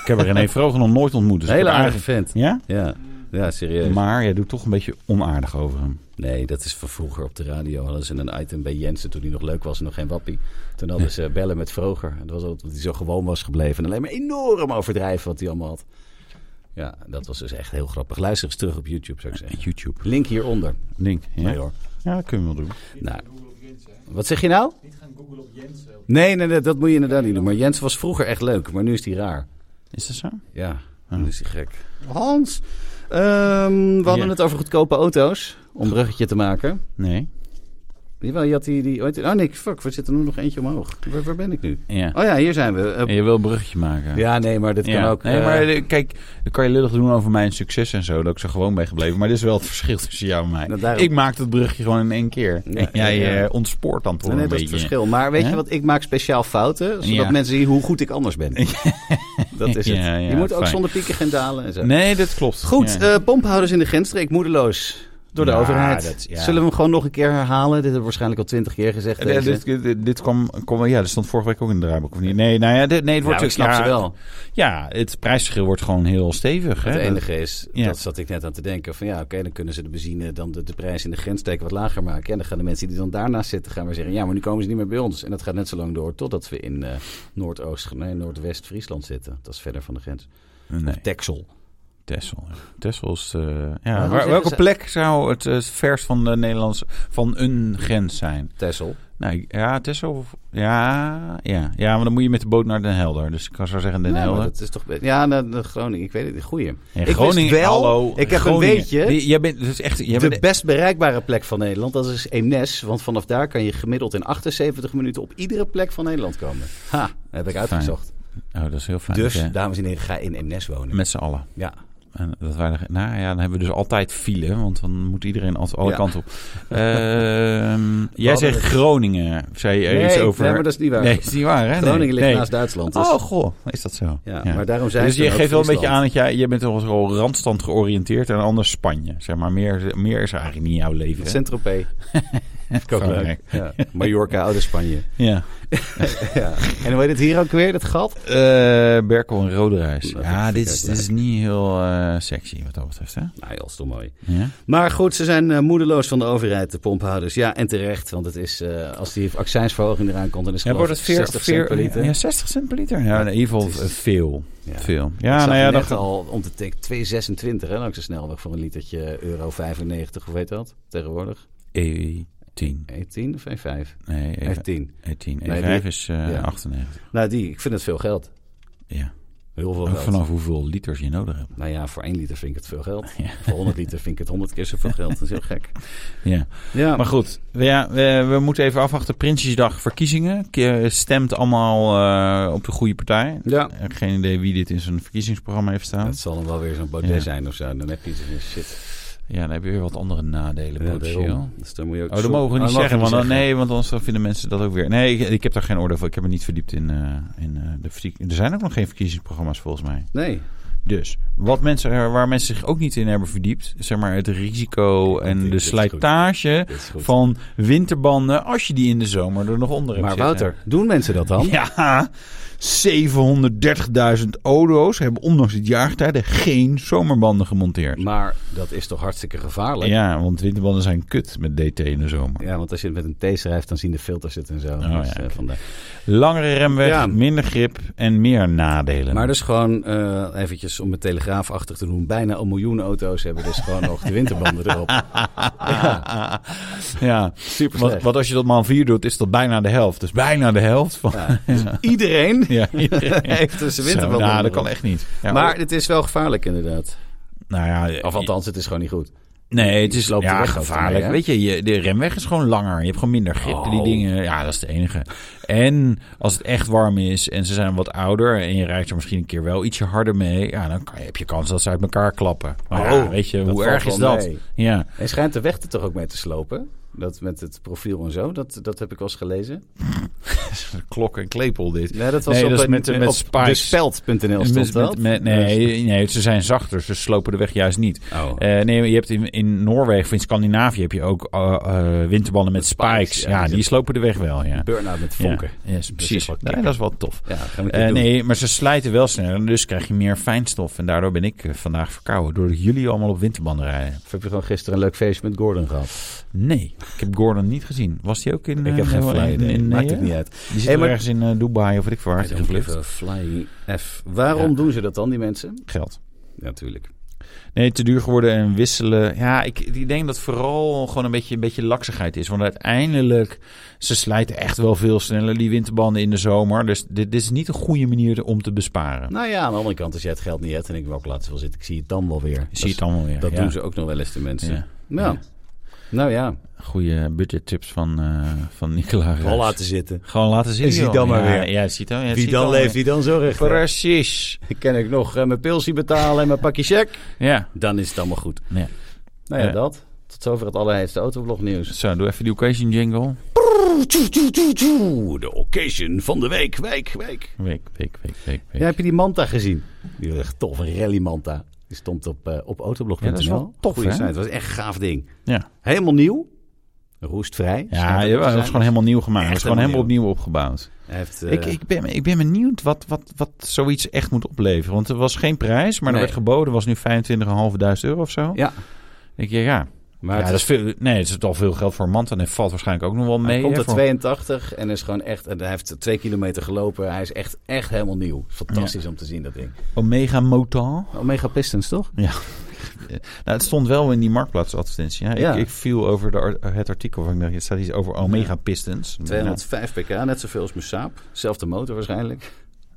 Speaker 1: ik heb René Vroger nog nooit ontmoet. Dus ik
Speaker 2: Hele
Speaker 1: heb
Speaker 2: aardige vent.
Speaker 1: Ja?
Speaker 2: Ja, ja serieus.
Speaker 1: Maar jij doet toch een beetje onaardig over hem.
Speaker 2: Nee, dat is van vroeger op de radio. Hadden ze een item bij Jensen toen hij nog leuk was en nog geen wappie. Toen hadden ze bellen met Vroger. En dat was altijd omdat hij zo gewoon was gebleven. En alleen maar enorm overdrijven wat hij allemaal had. Ja, dat was dus echt heel grappig. Luister eens terug op YouTube, zou ik zeggen.
Speaker 1: YouTube.
Speaker 2: Link hieronder.
Speaker 1: Link. Ja?
Speaker 2: Nee hoor.
Speaker 1: ja, dat kunnen we wel doen.
Speaker 2: Nou. Wat zeg je nou? Niet gaan googlen op Jensen. Nee, nee, nee, dat moet je inderdaad niet doen. Maar Jens was vroeger echt leuk, maar nu is hij raar.
Speaker 1: Is dat zo?
Speaker 2: Ja,
Speaker 1: Ah.
Speaker 2: nu is hij gek. Hans, ehm, we hadden
Speaker 1: Ja.
Speaker 2: het over goedkope auto's, om een bruggetje te maken.
Speaker 1: Nee.
Speaker 2: Jawel, je had die... die ooit- oh nee, fuck, er zit er nu nog eentje omhoog. Waar, waar ben ik nu?
Speaker 1: Ja.
Speaker 2: Oh ja, hier zijn we. Eh,
Speaker 1: En je wil een bruggetje maken.
Speaker 2: ja, nee, maar dit kan
Speaker 1: Ja.
Speaker 2: ook...
Speaker 1: Nee,
Speaker 2: eh,
Speaker 1: maar eh, kijk, dan kan je lullig doen over mijn succes en zo. Dat ik zo gewoon ben gebleven. Maar dit is wel het verschil tussen jou en mij.
Speaker 2: Nou, daarom-
Speaker 1: Ik maak dat brugje gewoon in één keer.
Speaker 2: Ja,
Speaker 1: en jij
Speaker 2: ja, ja.
Speaker 1: eh, ontspoort dan toch
Speaker 2: Nee,
Speaker 1: een
Speaker 2: dat is
Speaker 1: beetje.
Speaker 2: het verschil. Maar weet je
Speaker 1: Hè?
Speaker 2: wat? Ik maak speciaal fouten, zodat
Speaker 1: Ja.
Speaker 2: mensen zien hoe goed ik anders ben. dat is het.
Speaker 1: Ja, ja,
Speaker 2: je moet ook
Speaker 1: fijn.
Speaker 2: zonder pieken gaan dalen en zo.
Speaker 1: Nee, dat klopt.
Speaker 2: Goed,
Speaker 1: Ja.
Speaker 2: eh, pomphouders in de grensstreek, moedeloos. Door de
Speaker 1: Ja,
Speaker 2: overheid.
Speaker 1: dat- ja.
Speaker 2: Zullen we hem gewoon nog een keer herhalen? Dit hebben we waarschijnlijk al twintig keer gezegd.
Speaker 1: Eh,
Speaker 2: deze.
Speaker 1: dit, dit, dit kwam, kwam, ja, dat stond vorige week ook in de draaiboek, of niet? Nee, nou ja, dit, nee, het
Speaker 2: Ja,
Speaker 1: wordt...
Speaker 2: ik snap
Speaker 1: ja,
Speaker 2: ze wel.
Speaker 1: Ja, het prijsverschil wordt gewoon heel stevig.
Speaker 2: Het
Speaker 1: hè? Dat-
Speaker 2: enige is,
Speaker 1: Ja.
Speaker 2: dat zat ik net aan te denken, van ja, oké, dan kunnen ze de benzine, dan de, de prijs in de grenssteek wat lager maken. En dan gaan de mensen die dan daarnaast zitten, gaan maar zeggen, ja, maar nu komen ze niet meer bij ons. En dat gaat net zo lang door, totdat we in eh, Noordoost, nee, Noordwest-Friesland zitten. Dat is verder van de grens.
Speaker 1: Nee,
Speaker 2: Texel.
Speaker 1: Texel. Texel is... eh, ja,
Speaker 2: Waarom
Speaker 1: waar-
Speaker 2: zeggen
Speaker 1: welke
Speaker 2: ze-
Speaker 1: plek zou het eh, vers van de Nederlandse... van een grens zijn?
Speaker 2: Texel.
Speaker 1: Nou, ik- ja, Texel... of- Ja, ja. Ja, maar dan moet je met de boot naar Den Helder. Dus ik kan zo zeggen Den
Speaker 2: Nou, maar
Speaker 1: Helder.
Speaker 2: dat is toch... be- Ja, de, de Groningen, ik weet het niet. Goeie.
Speaker 1: Ja,
Speaker 2: Ik wist wel, ik heb een weetje.
Speaker 1: Die- Jij bent, dat is echt, jij
Speaker 2: de
Speaker 1: bent,
Speaker 2: best bereikbare plek van Nederland, dat is Eemnes. Want vanaf daar kan je gemiddeld in 78 minuten op iedere plek van Nederland komen. Ha, heb ik uitgezocht.
Speaker 1: oh, dat Hm. is heel fijn.
Speaker 2: Dus,
Speaker 1: hè?
Speaker 2: dames en heren, ga in Eemnes wonen.
Speaker 1: Met z'n allen.
Speaker 2: Ja,
Speaker 1: En dat waren, de- nou ja, dan hebben we dus altijd file, want dan moet iedereen als alle
Speaker 2: Ja.
Speaker 1: kanten op. Ehm, jij zegt
Speaker 2: het-
Speaker 1: Groningen, zei je
Speaker 2: Nee,
Speaker 1: iets over.
Speaker 2: nee, maar dat is niet waar.
Speaker 1: Nee, is niet waar, hè?
Speaker 2: Groningen
Speaker 1: Nee,
Speaker 2: ligt
Speaker 1: nee.
Speaker 2: naast Duitsland. Dus,
Speaker 1: Oh, goh, is dat zo?
Speaker 2: ja, Maar daarom zijn
Speaker 1: Dus
Speaker 2: ze
Speaker 1: je
Speaker 2: dan
Speaker 1: geeft wel
Speaker 2: ook
Speaker 1: een beetje aan
Speaker 2: Friesland.
Speaker 1: dat jij, jij bent toch wel randstand georiënteerd en anders Spanje. Zeg maar, meer, meer is er eigenlijk niet in jouw leven. hè?
Speaker 2: Saint-Tropez. Vind ik ook leuk.
Speaker 1: Frankrijk.
Speaker 2: Ja. Mallorca, oude Spanje.
Speaker 1: Ja.
Speaker 2: Ja. En hoe heet het hier ook weer, dat gat?
Speaker 1: Eh, Berkel en Roderijs.
Speaker 2: Dat vind
Speaker 1: ja,
Speaker 2: ik
Speaker 1: dit is,
Speaker 2: ook
Speaker 1: dit is niet heel eh, sexy wat dat betreft, hè?
Speaker 2: Nou, heel stom mooi.
Speaker 1: Ja.
Speaker 2: Maar goed, ze zijn eh, moedeloos van de overheid, de pomphouders. Ja, en terecht, want het is, eh, als die accijnsverhoging eraan komt, dan is het
Speaker 1: Ja,
Speaker 2: gewoon
Speaker 1: wordt het 40
Speaker 2: 60 cent per liter.
Speaker 1: Ja, 60 cent per liter. Ja, in ieder geval
Speaker 2: Het is-
Speaker 1: veel.
Speaker 2: Ja.
Speaker 1: Veel.
Speaker 2: Ik
Speaker 1: Ja,
Speaker 2: zag
Speaker 1: nou ja,
Speaker 2: net
Speaker 1: dan ga-
Speaker 2: al om te tikken 2,26 hè, langs de snelweg voor een litertje euro 95, hoe heet dat tegenwoordig?
Speaker 1: E10. Nee,
Speaker 2: 18 of 1,5?
Speaker 1: even-
Speaker 2: 18.
Speaker 1: 10.
Speaker 2: E- Nee,
Speaker 1: E5
Speaker 2: die-
Speaker 1: is eh
Speaker 2: ja.
Speaker 1: 98.
Speaker 2: Nou die, ik vind het veel geld.
Speaker 1: Ja.
Speaker 2: Heel veel
Speaker 1: Ook
Speaker 2: geld.
Speaker 1: vanaf hoeveel liters je nodig hebt.
Speaker 2: Nou ja, voor 1 liter vind ik het veel geld.
Speaker 1: Ja.
Speaker 2: Voor 100 liter vind ik het 100 keer zoveel geld. Dat is heel gek.
Speaker 1: Ja.
Speaker 2: Ja,
Speaker 1: Maar goed, ja, we, we moeten even afwachten. Prinsjesdag verkiezingen. Ke- Stemt allemaal eh, op de goede partij.
Speaker 2: ja.
Speaker 1: Ik heb Geen idee wie dit in zijn verkiezingsprogramma heeft staan.
Speaker 2: Dat zal dan wel weer zo'n Baudet
Speaker 1: Ja.
Speaker 2: zijn of zo. Dan heb je iets van shit.
Speaker 1: Ja, dan heb je weer wat andere nadelen
Speaker 2: Ja,
Speaker 1: potentieel.
Speaker 2: daarom. Dus dan moet je ook
Speaker 1: Oh, dat
Speaker 2: zo-
Speaker 1: mogen we niet
Speaker 2: Oh, dat mag
Speaker 1: zeggen. Want
Speaker 2: je
Speaker 1: dan,
Speaker 2: niet zeggen.
Speaker 1: nee, want anders dan vinden mensen dat ook weer. Nee, ik, ik heb daar geen oordeel voor. Ik heb me niet verdiept in, eh, in eh, de verkiezingen. Er zijn ook nog geen verkiezingsprogramma's volgens mij.
Speaker 2: Nee.
Speaker 1: Dus wat mensen, er- waar mensen zich ook niet in hebben verdiept, zeg maar het risico
Speaker 2: dit-
Speaker 1: en
Speaker 2: dit
Speaker 1: de
Speaker 2: is goed.
Speaker 1: slijtage
Speaker 2: Dit is goed.
Speaker 1: van winterbanden als je die in de zomer er nog onder hebt
Speaker 2: maar
Speaker 1: zitten.
Speaker 2: Wouter, doen mensen dat dan?
Speaker 1: Ja, 730.000 auto's hebben ondanks het jaargetijden geen zomerbanden gemonteerd.
Speaker 2: Maar dat is toch hartstikke gevaarlijk?
Speaker 1: Ja, want winterbanden zijn kut met DT in de zomer.
Speaker 2: Ja, want als je het met een T schrijft, dan zien de filters het en zo.
Speaker 1: Oh, ja,
Speaker 2: Dus, eh,
Speaker 1: oké.
Speaker 2: vandaar.
Speaker 1: Langere remweg,
Speaker 2: Ja.
Speaker 1: minder grip en meer nadelen.
Speaker 2: Maar dus gewoon, eh, eventjes om het telegraafachtig te doen, bijna een miljoen auto's hebben dus gewoon nog de winterbanden erop.
Speaker 1: ja,
Speaker 2: Super
Speaker 1: want,
Speaker 2: slecht.
Speaker 1: want als je dat maal 4 doet, is dat bijna de helft. Dus bijna de helft van.
Speaker 2: Ja, dus iedereen
Speaker 1: Ja,
Speaker 2: heeft dus zijn
Speaker 1: Zo,
Speaker 2: winterbanden
Speaker 1: nou, dat
Speaker 2: erop.
Speaker 1: kan echt niet. Ja,
Speaker 2: Maar het is wel gevaarlijk inderdaad.
Speaker 1: nou ja,
Speaker 2: Of althans, het is gewoon niet goed.
Speaker 1: nee, het is
Speaker 2: loopt de
Speaker 1: ja,
Speaker 2: weg ook
Speaker 1: gevaarlijk.
Speaker 2: ermee, hè?
Speaker 1: Weet je, je, de remweg is gewoon langer. Je hebt gewoon minder grip.
Speaker 2: Oh.
Speaker 1: Die dingen, ja, dat is het enige. En als het echt warm is en ze zijn wat ouder en je rijdt er misschien een keer wel ietsje harder mee, ja, dan kan, heb je kans dat ze uit elkaar klappen. Maar ja,
Speaker 2: Oh,
Speaker 1: weet je,
Speaker 2: dat
Speaker 1: hoe
Speaker 2: valt
Speaker 1: erg
Speaker 2: wel
Speaker 1: is dat?
Speaker 2: mee.
Speaker 1: Ja.
Speaker 2: En schijnt de weg er toch ook mee te slopen? Dat met het profiel en zo, dat, dat heb ik wel eens gelezen.
Speaker 1: klok en klepel dit.
Speaker 2: Nee, dat was
Speaker 1: Nee,
Speaker 2: op,
Speaker 1: dat is
Speaker 2: een-
Speaker 1: met- met
Speaker 2: op
Speaker 1: spikes.
Speaker 2: despeld.nl
Speaker 1: Met-
Speaker 2: stond dat.
Speaker 1: met- met- nee, nee, ze zijn zachter. Ze slopen de weg juist niet.
Speaker 2: Oh.
Speaker 1: Eh, nee, maar je hebt in, in Noorwegen of in Scandinavië heb je ook eh, eh, winterbanden met
Speaker 2: spikes,
Speaker 1: spikes.
Speaker 2: ja,
Speaker 1: Ja,
Speaker 2: die
Speaker 1: die
Speaker 2: zit-
Speaker 1: slopen de weg wel. Ja.
Speaker 2: Burn-out met
Speaker 1: Ja,
Speaker 2: vonken.
Speaker 1: yes, precies.
Speaker 2: wel
Speaker 1: Dat is,
Speaker 2: kicken.
Speaker 1: dat is wel tof.
Speaker 2: Ja, gaan we een
Speaker 1: Eh,
Speaker 2: keer doen.
Speaker 1: nee, maar ze slijten wel sneller. en Dus krijg je meer fijnstof. En daardoor ben ik eh, vandaag verkouden. Doordat jullie allemaal op winterbanden rijden.
Speaker 2: Of Dus heb je gewoon gisteren een leuk feestje met Gordon gehad?
Speaker 1: Nee, ik heb Gordon niet gezien. Was die ook in...
Speaker 2: ik
Speaker 1: eh,
Speaker 2: heb geen
Speaker 1: in-
Speaker 2: flauw
Speaker 1: in-
Speaker 2: idee.
Speaker 1: in-
Speaker 2: Maakt
Speaker 1: nee,
Speaker 2: het
Speaker 1: hè?
Speaker 2: niet uit.
Speaker 1: Die zit
Speaker 2: Hey, maar-
Speaker 1: ergens in eh, Dubai of weet ik veel waar. Gevlucht.
Speaker 2: Flying F. Waarom
Speaker 1: Ja.
Speaker 2: doen ze dat dan, die mensen?
Speaker 1: Geld.
Speaker 2: Ja, natuurlijk.
Speaker 1: Nee, te duur geworden en wisselen. Ja, ik, ik denk dat vooral gewoon een beetje, een beetje laksigheid is. Want uiteindelijk, ze slijten echt wel veel sneller die winterbanden in de zomer. Dus dit, dit is niet een goede manier om te besparen.
Speaker 2: Nou ja, aan de andere kant, als jij het geld niet hebt en ik wel laat wel zitten, ik zie het dan wel weer.
Speaker 1: Je ziet het allemaal weer.
Speaker 2: Dat
Speaker 1: ja.
Speaker 2: doen ze ook nog wel eens de mensen.
Speaker 1: Ja.
Speaker 2: Nou,
Speaker 1: Ja.
Speaker 2: Nou ja,
Speaker 1: Goede budgettips van, eh van Nicola
Speaker 2: al
Speaker 1: Ruijs.
Speaker 2: laten zitten.
Speaker 1: Gewoon laten zien.
Speaker 2: En zie
Speaker 1: joh.
Speaker 2: dan maar
Speaker 1: Ja,
Speaker 2: weer.
Speaker 1: Ja, ziet dan. Ja,
Speaker 2: Wie
Speaker 1: ziet
Speaker 2: dan
Speaker 1: dan
Speaker 2: leeft,
Speaker 1: weer.
Speaker 2: wie dan zorgt.
Speaker 1: Precies.
Speaker 2: Ken ik nog eh, mijn pilsie betalen en mijn pakje check?
Speaker 1: Ja.
Speaker 2: Dan is het allemaal goed.
Speaker 1: Ja.
Speaker 2: Nou ja,
Speaker 1: Ja.
Speaker 2: dat. Tot zover het allerheidste autoblognieuws.
Speaker 1: Zo, doe even die occasion jingle.
Speaker 2: De occasion van de week, week, week.
Speaker 1: Week, week, week, week, week.
Speaker 2: Ja, heb je die manta gezien? Die was echt tof, een rally manta. Die stond op, eh, op autoblog.nl.
Speaker 1: Ja, dat is wel tof,
Speaker 2: Goeie
Speaker 1: hè?
Speaker 2: site. Het was echt een gaaf ding.
Speaker 1: Ja.
Speaker 2: Helemaal nieuw. Roestvrij.
Speaker 1: Ja,
Speaker 2: Schijnt ook
Speaker 1: ja,
Speaker 2: te
Speaker 1: dat
Speaker 2: zijn.
Speaker 1: was gewoon helemaal nieuw gemaakt.
Speaker 2: Echt
Speaker 1: Het was gewoon
Speaker 2: helemaal
Speaker 1: helemaal opnieuw opgebouwd.
Speaker 2: Hij heeft, eh,
Speaker 1: Ik, ik, ben, ik ben benieuwd wat, wat, wat zoiets echt moet opleveren. Want er was geen prijs, maar
Speaker 2: Nee.
Speaker 1: er werd geboden. was nu 25.500 euro of zo.
Speaker 2: Ja.
Speaker 1: Ik denk, ja,
Speaker 2: Maar
Speaker 1: ja
Speaker 2: het
Speaker 1: dat
Speaker 2: is,
Speaker 1: is veel, nee, het is al veel geld voor een mand. En het valt waarschijnlijk ook nog wel mee.
Speaker 2: hij komt
Speaker 1: hè,
Speaker 2: uit
Speaker 1: voor-
Speaker 2: 82 en is gewoon echt... En hij heeft twee kilometer gelopen. Hij is echt, echt helemaal nieuw. Fantastisch om te zien, dat ding.
Speaker 1: Omega Motor.
Speaker 2: Omega Pistons, toch?
Speaker 1: Nou, het stond wel in die marktplaatsadvertentie. Ja.
Speaker 2: Ja.
Speaker 1: Ik, ik viel over de ar- het artikel. Van, ik dacht, het staat iets over Omega Pistons. Nou,
Speaker 2: 205 pk, net zoveel als mijn Saab. Zelfde motor waarschijnlijk.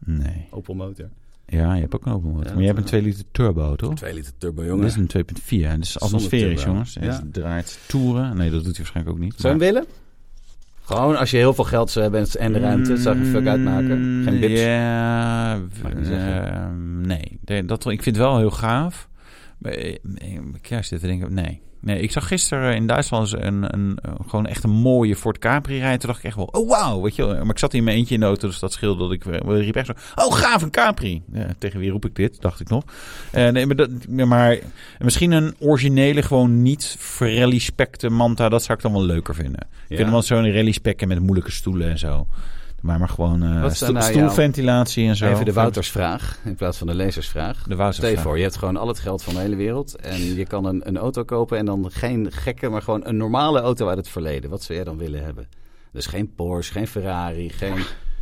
Speaker 1: Nee.
Speaker 2: Opel motor.
Speaker 1: Ja, je hebt ook een open motor.
Speaker 2: Ja,
Speaker 1: maar je hebt een
Speaker 2: dat-
Speaker 1: 2 liter turbo, toch?
Speaker 2: 2 liter turbo,
Speaker 1: Dit
Speaker 2: jongen.
Speaker 1: is een 2.4. Dit is atmosferisch,
Speaker 2: turbo.
Speaker 1: jongens.
Speaker 2: Ja.
Speaker 1: Het draait toeren. Nee, dat doet hij waarschijnlijk ook niet.
Speaker 2: Zou je hem willen? Gewoon als je heel veel geld zou hebben en de ruimte, zou je er fuck
Speaker 1: Mm,
Speaker 2: uitmaken. Geen bips.
Speaker 1: Ja, w-
Speaker 2: Mag ik niet zeggen.
Speaker 1: ehm, nee. Nee, Dat, ik vind het wel heel gaaf. Maar, eh, eh, Ik juist dit denk ik, nee. Nee, ik zag gisteren in Duitsland eens een, een, eh, gewoon echt een mooie Ford Capri rijden. Toen dacht ik echt wel, oh wauw, weet je wel. Maar ik zat in mijn eentje in de auto, dus dat scheelde dat ik eh, riep echt zo, oh gaaf, een Capri. Ja, tegen wie roep ik dit, dacht ik nog. Eh, nee, maar, dat, maar misschien een originele, gewoon niet rally specte Manta, dat zou ik dan wel leuker vinden.
Speaker 2: Ja.
Speaker 1: Ik vind wel zo'n rally spekken met moeilijke stoelen en zo. Maar, maar gewoon eh,
Speaker 2: Wat is
Speaker 1: sto-
Speaker 2: dan nou jouw-
Speaker 1: stoelventilatie en zo.
Speaker 2: Even de Woutersvraag in plaats van de lezersvraag.
Speaker 1: De
Speaker 2: Stel je
Speaker 1: Woutersvraag.
Speaker 2: voor, je hebt gewoon al het geld van de hele wereld. En je kan een, een auto kopen en dan geen gekke, maar gewoon een normale auto uit het verleden. Wat zou jij dan willen hebben? Dus geen Porsche, geen Ferrari, geen...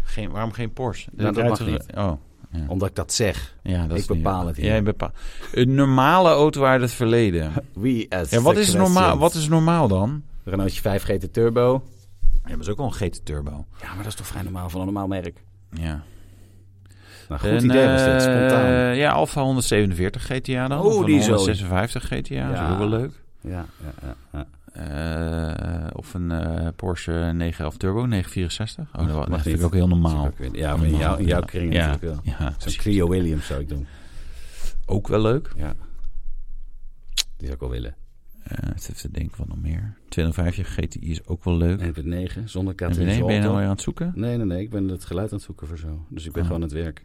Speaker 1: Geen, waarom geen Porsche?
Speaker 2: Nou, dat
Speaker 1: Rijdt
Speaker 2: mag
Speaker 1: er-
Speaker 2: niet.
Speaker 1: Oh,
Speaker 2: Omdat ik dat zeg.
Speaker 1: ja, dat
Speaker 2: Ik
Speaker 1: is niet-
Speaker 2: bepaal het hier.
Speaker 1: Jij bepaalt. Een normale auto uit het verleden.
Speaker 2: Wie as
Speaker 1: Ja, wat,
Speaker 2: the
Speaker 1: is normaal,
Speaker 2: question.
Speaker 1: wat is normaal dan?
Speaker 2: Renaultje 5 GT Turbo.
Speaker 1: Ja, dat is ook wel een GT Turbo.
Speaker 2: Ja, maar dat is toch vrij normaal van een normaal merk.
Speaker 1: Ja.
Speaker 2: Nou,
Speaker 1: Een,
Speaker 2: goed idee was dit,
Speaker 1: eh,
Speaker 2: spontaan.
Speaker 1: ja, Alfa 147 GTA dan.
Speaker 2: Oh,
Speaker 1: of een
Speaker 2: die zo.
Speaker 1: 156 GTA, dat is
Speaker 2: Ja.
Speaker 1: ook wel leuk.
Speaker 2: Ja, ja, ja, ja.
Speaker 1: Eh, of een eh, Porsche 911 Turbo, 964. Oh, dat, dat vind
Speaker 2: niet.
Speaker 1: ik ook heel normaal.
Speaker 2: Ja, maar in jouw, in jouw kring
Speaker 1: ja.
Speaker 2: natuurlijk wel.
Speaker 1: Ja,
Speaker 2: Zo'n Clio Williams zou ik doen.
Speaker 1: ook wel leuk.
Speaker 2: Ja. Die zou ik wel willen.
Speaker 1: Eh, het heeft te denken van nog meer. 205 GTI is ook wel leuk. En
Speaker 2: 1.9, zonder
Speaker 1: beneden ben je nou
Speaker 2: kathedraal.
Speaker 1: weer aan het zoeken?
Speaker 2: Nee, nee, nee. Ik ben het geluid aan het zoeken voor zo. Dus ik ben
Speaker 1: Oh.
Speaker 2: gewoon aan het werk.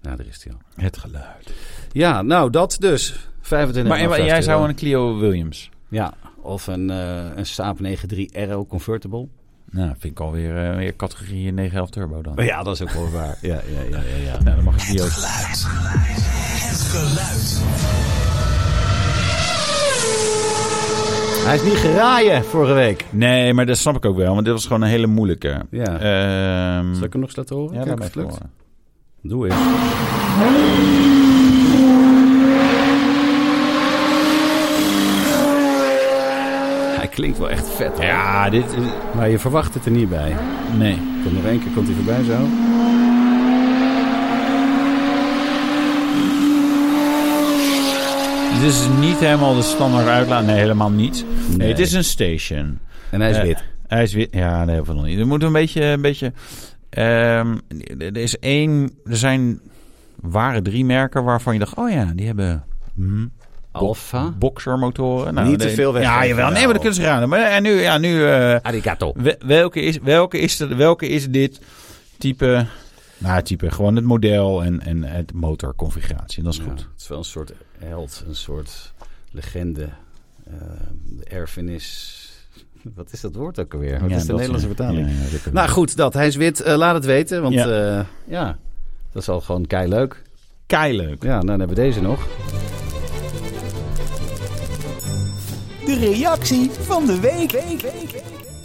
Speaker 2: Nou, daar is hij al.
Speaker 1: Het geluid.
Speaker 2: Ja, nou, dat dus. 25
Speaker 1: Maar, maar
Speaker 2: euro.
Speaker 1: jij zou een Clio Williams.
Speaker 2: Ja, of een, eh een Saab 9.3 Aero Convertible.
Speaker 1: Nou, vind ik alweer eh, weer categorie 911 Turbo dan.
Speaker 2: Maar ja, dat is ook wel waar. Ja, ja, ja, ja. ja.
Speaker 1: Nou, dan mag ik die ook.
Speaker 2: Hij is niet geraaien vorige week.
Speaker 1: Nee, maar dat snap ik ook wel, want dit was gewoon een hele moeilijke.
Speaker 2: Ja.
Speaker 1: Ehm,
Speaker 2: Zal ik hem nog eens laten horen?
Speaker 1: ja,
Speaker 2: Kijk
Speaker 1: laat
Speaker 2: of
Speaker 1: mij
Speaker 2: het lukt.
Speaker 1: horen.
Speaker 2: Doe eens. Hij klinkt wel echt vet. hoor.
Speaker 1: Ja, dit is...
Speaker 2: Maar je verwacht het er niet bij.
Speaker 1: Nee.
Speaker 2: Komt nog één keer, komt hij voorbij zo.
Speaker 1: Dit is niet helemaal de standaard uitlaat. Nee, helemaal niet. Nee,
Speaker 2: Nee.
Speaker 1: het is een station.
Speaker 2: En hij is
Speaker 1: Eh,
Speaker 2: wit.
Speaker 1: Hij is wit. Ja, nee, van nog niet. Er moet een beetje, een beetje. ehm, er is één. Er zijn waren drie merken waarvan je dacht, oh ja, die hebben. hm,
Speaker 2: Alfa.
Speaker 1: Boxermotoren.
Speaker 2: Niet te
Speaker 1: de-
Speaker 2: veel weggeven, nou.
Speaker 1: Ja, jawel. Nee, maar dat kunnen ze raden. Maar, en nu, ja, nu. eh,
Speaker 2: Arigato.
Speaker 1: we- welke, is, welke, is, de- welke is dit type? Nou, type. Gewoon het model en, en het motorconfiguratie. En dat is
Speaker 2: Ja,
Speaker 1: goed.
Speaker 2: Het is wel een soort held, een soort legende. eh, de erfenis. Wat is dat woord ook alweer? Wat
Speaker 1: Ja,
Speaker 2: is de
Speaker 1: dat,
Speaker 2: Nederlandse
Speaker 1: eh,
Speaker 2: vertaling?
Speaker 1: ja, ja, dat kan
Speaker 2: Nou
Speaker 1: wel.
Speaker 2: goed, dat. Hij is wit. Eh, laat het weten, want ja.
Speaker 1: Ja.
Speaker 2: ja, dat is al gewoon kei leuk.
Speaker 1: keileuk.
Speaker 2: Ja, nou, dan hebben we deze nog.
Speaker 3: De reactie van de week.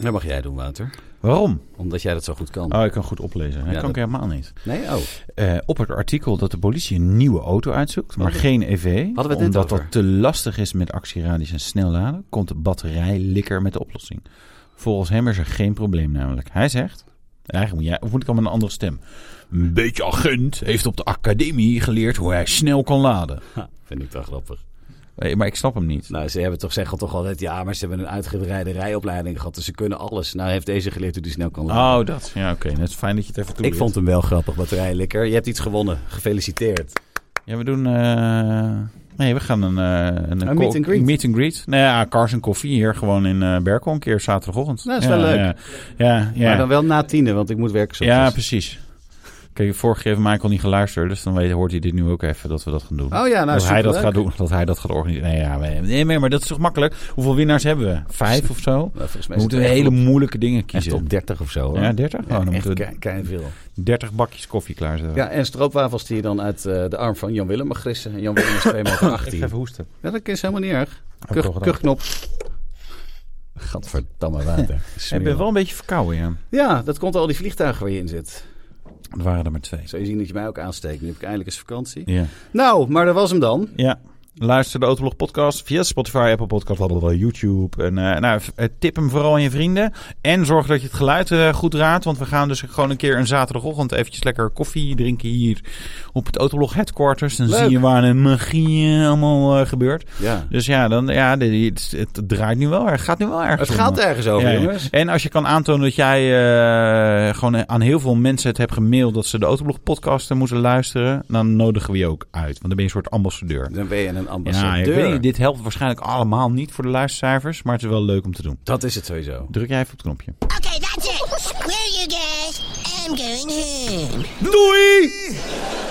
Speaker 2: Dat mag jij doen, Wouter.
Speaker 1: Waarom?
Speaker 2: Omdat jij dat zo goed kan.
Speaker 1: Oh, ik kan goed oplezen. Dat
Speaker 2: Ja,
Speaker 1: kan ik
Speaker 2: dat-
Speaker 1: helemaal niet.
Speaker 2: Nee? Oh.
Speaker 1: eh, op het artikel dat de politie een nieuwe auto uitzoekt, maar
Speaker 2: Hadden
Speaker 1: geen EV.
Speaker 2: we het net
Speaker 1: omdat
Speaker 2: over?
Speaker 1: dat te lastig is met actieradius en snelladen, komt de batterij likker met de oplossing. Volgens hem is er geen probleem namelijk. Hij zegt, eigenlijk moet, jij, of moet ik al met een andere stem. Een beetje agent heeft op de academie geleerd hoe hij snel kan laden.
Speaker 2: Ha, vind ik wel grappig.
Speaker 1: Eh, Maar ik snap hem niet.
Speaker 2: Nou, ze hebben toch zeggen toch altijd, ja, maar ze hebben een uitgebreide rijopleiding gehad. Dus ze kunnen alles. Nou heeft deze geleerd hoe die snel kan lopen.
Speaker 1: Oh, dat. Ja, oké. Dat is fijn dat je het even toe
Speaker 2: ik vond hem wel grappig, batterijlikker. Je hebt iets gewonnen. Gefeliciteerd.
Speaker 1: Ja, we doen... eh, Nee, we gaan een... eh, een,
Speaker 2: Een meet and greet.
Speaker 1: meet and greet. Nou ja, Cars en Koffie hier gewoon in eh Berkel een keer zaterdagochtend.
Speaker 2: Nou, is wel
Speaker 1: ja,
Speaker 2: leuk.
Speaker 1: Ja, ja. ja.
Speaker 2: Maar dan wel na tienen, want ik moet werken soms.
Speaker 1: Ja, precies. Kijk, vorige keer heeft Michael niet geluisterd, dus dan weet, hoort hij dit nu ook even dat we dat gaan doen.
Speaker 2: Oh ja, nou
Speaker 1: dat hij dat
Speaker 2: superleuk.
Speaker 1: gaat doen, dat hij dat gaat organiseren. Nee, ja, we- nee, maar- maar dat is toch makkelijk? Hoeveel winnaars hebben we? Vijf of zo?
Speaker 2: Nou, volgens
Speaker 1: We
Speaker 2: mij
Speaker 1: moeten
Speaker 2: zitten
Speaker 1: hele
Speaker 2: echt op-
Speaker 1: moeilijke dingen
Speaker 2: echt
Speaker 1: kiezen.
Speaker 2: op 30 of zo. hoor.
Speaker 1: Ja, dertig? Oh, dan
Speaker 2: echt
Speaker 1: moeten we
Speaker 2: kei- keiveel.
Speaker 1: 30 bakjes koffie klaarzetten.
Speaker 2: Ja, en stroopwafels die je dan uit eh, de arm van Jan Willem mag grissen. En Jan Willem is 2 meter
Speaker 1: Ik ga
Speaker 2: 18.
Speaker 1: even hoesten.
Speaker 2: Ja, dat is helemaal niet erg.
Speaker 1: ik
Speaker 2: Kuch-
Speaker 1: al gedaan.
Speaker 2: Kuchknop. Gadverdamme water.
Speaker 1: Ik ben wel een beetje verkouden, ja.
Speaker 2: Ja, dat komt door al die vliegtuigen waar je in zit.
Speaker 1: Er waren er maar twee.
Speaker 2: Zou je zien dat je mij ook aansteekt. Nu heb ik eindelijk eens vakantie.
Speaker 1: Ja.
Speaker 2: Nou, maar dat was hem dan.
Speaker 1: ja. Luister de Autolog podcast via Spotify, Apple Podcast, blablabla, YouTube. En eh, nou, v- eh, tip hem vooral aan je vrienden. En zorg dat je het geluid eh, goed raadt. Want we gaan dus gewoon een keer een zaterdagochtend eventjes lekker koffie drinken hier op het Autolog headquarters. Dan
Speaker 2: Leuk.
Speaker 1: zie je waar de magie eh, allemaal eh, gebeurt.
Speaker 2: Ja.
Speaker 1: Dus ja, dan, ja de- die- het, het draait nu wel erg. gaat nu wel erg.
Speaker 2: Het gaat ergens over,
Speaker 1: Ja, ja.
Speaker 2: jongens.
Speaker 1: En als je kan aantonen dat jij eh, gewoon aan heel veel mensen het hebt gemaild dat ze de Autoblog podcasten moeten luisteren, dan nodigen we je ook uit. Want dan ben je een soort ambassadeur.
Speaker 2: Dan ben je een
Speaker 1: Ja, ik
Speaker 2: ambassadeur.
Speaker 1: weet, niet, dit helpt waarschijnlijk allemaal niet voor de luistercijfers, maar het is wel leuk om te doen.
Speaker 2: Dat is het sowieso.
Speaker 1: Druk jij even op het knopje.
Speaker 4: Okay, that's it. Where are you guys? I'm going home.
Speaker 2: Doei!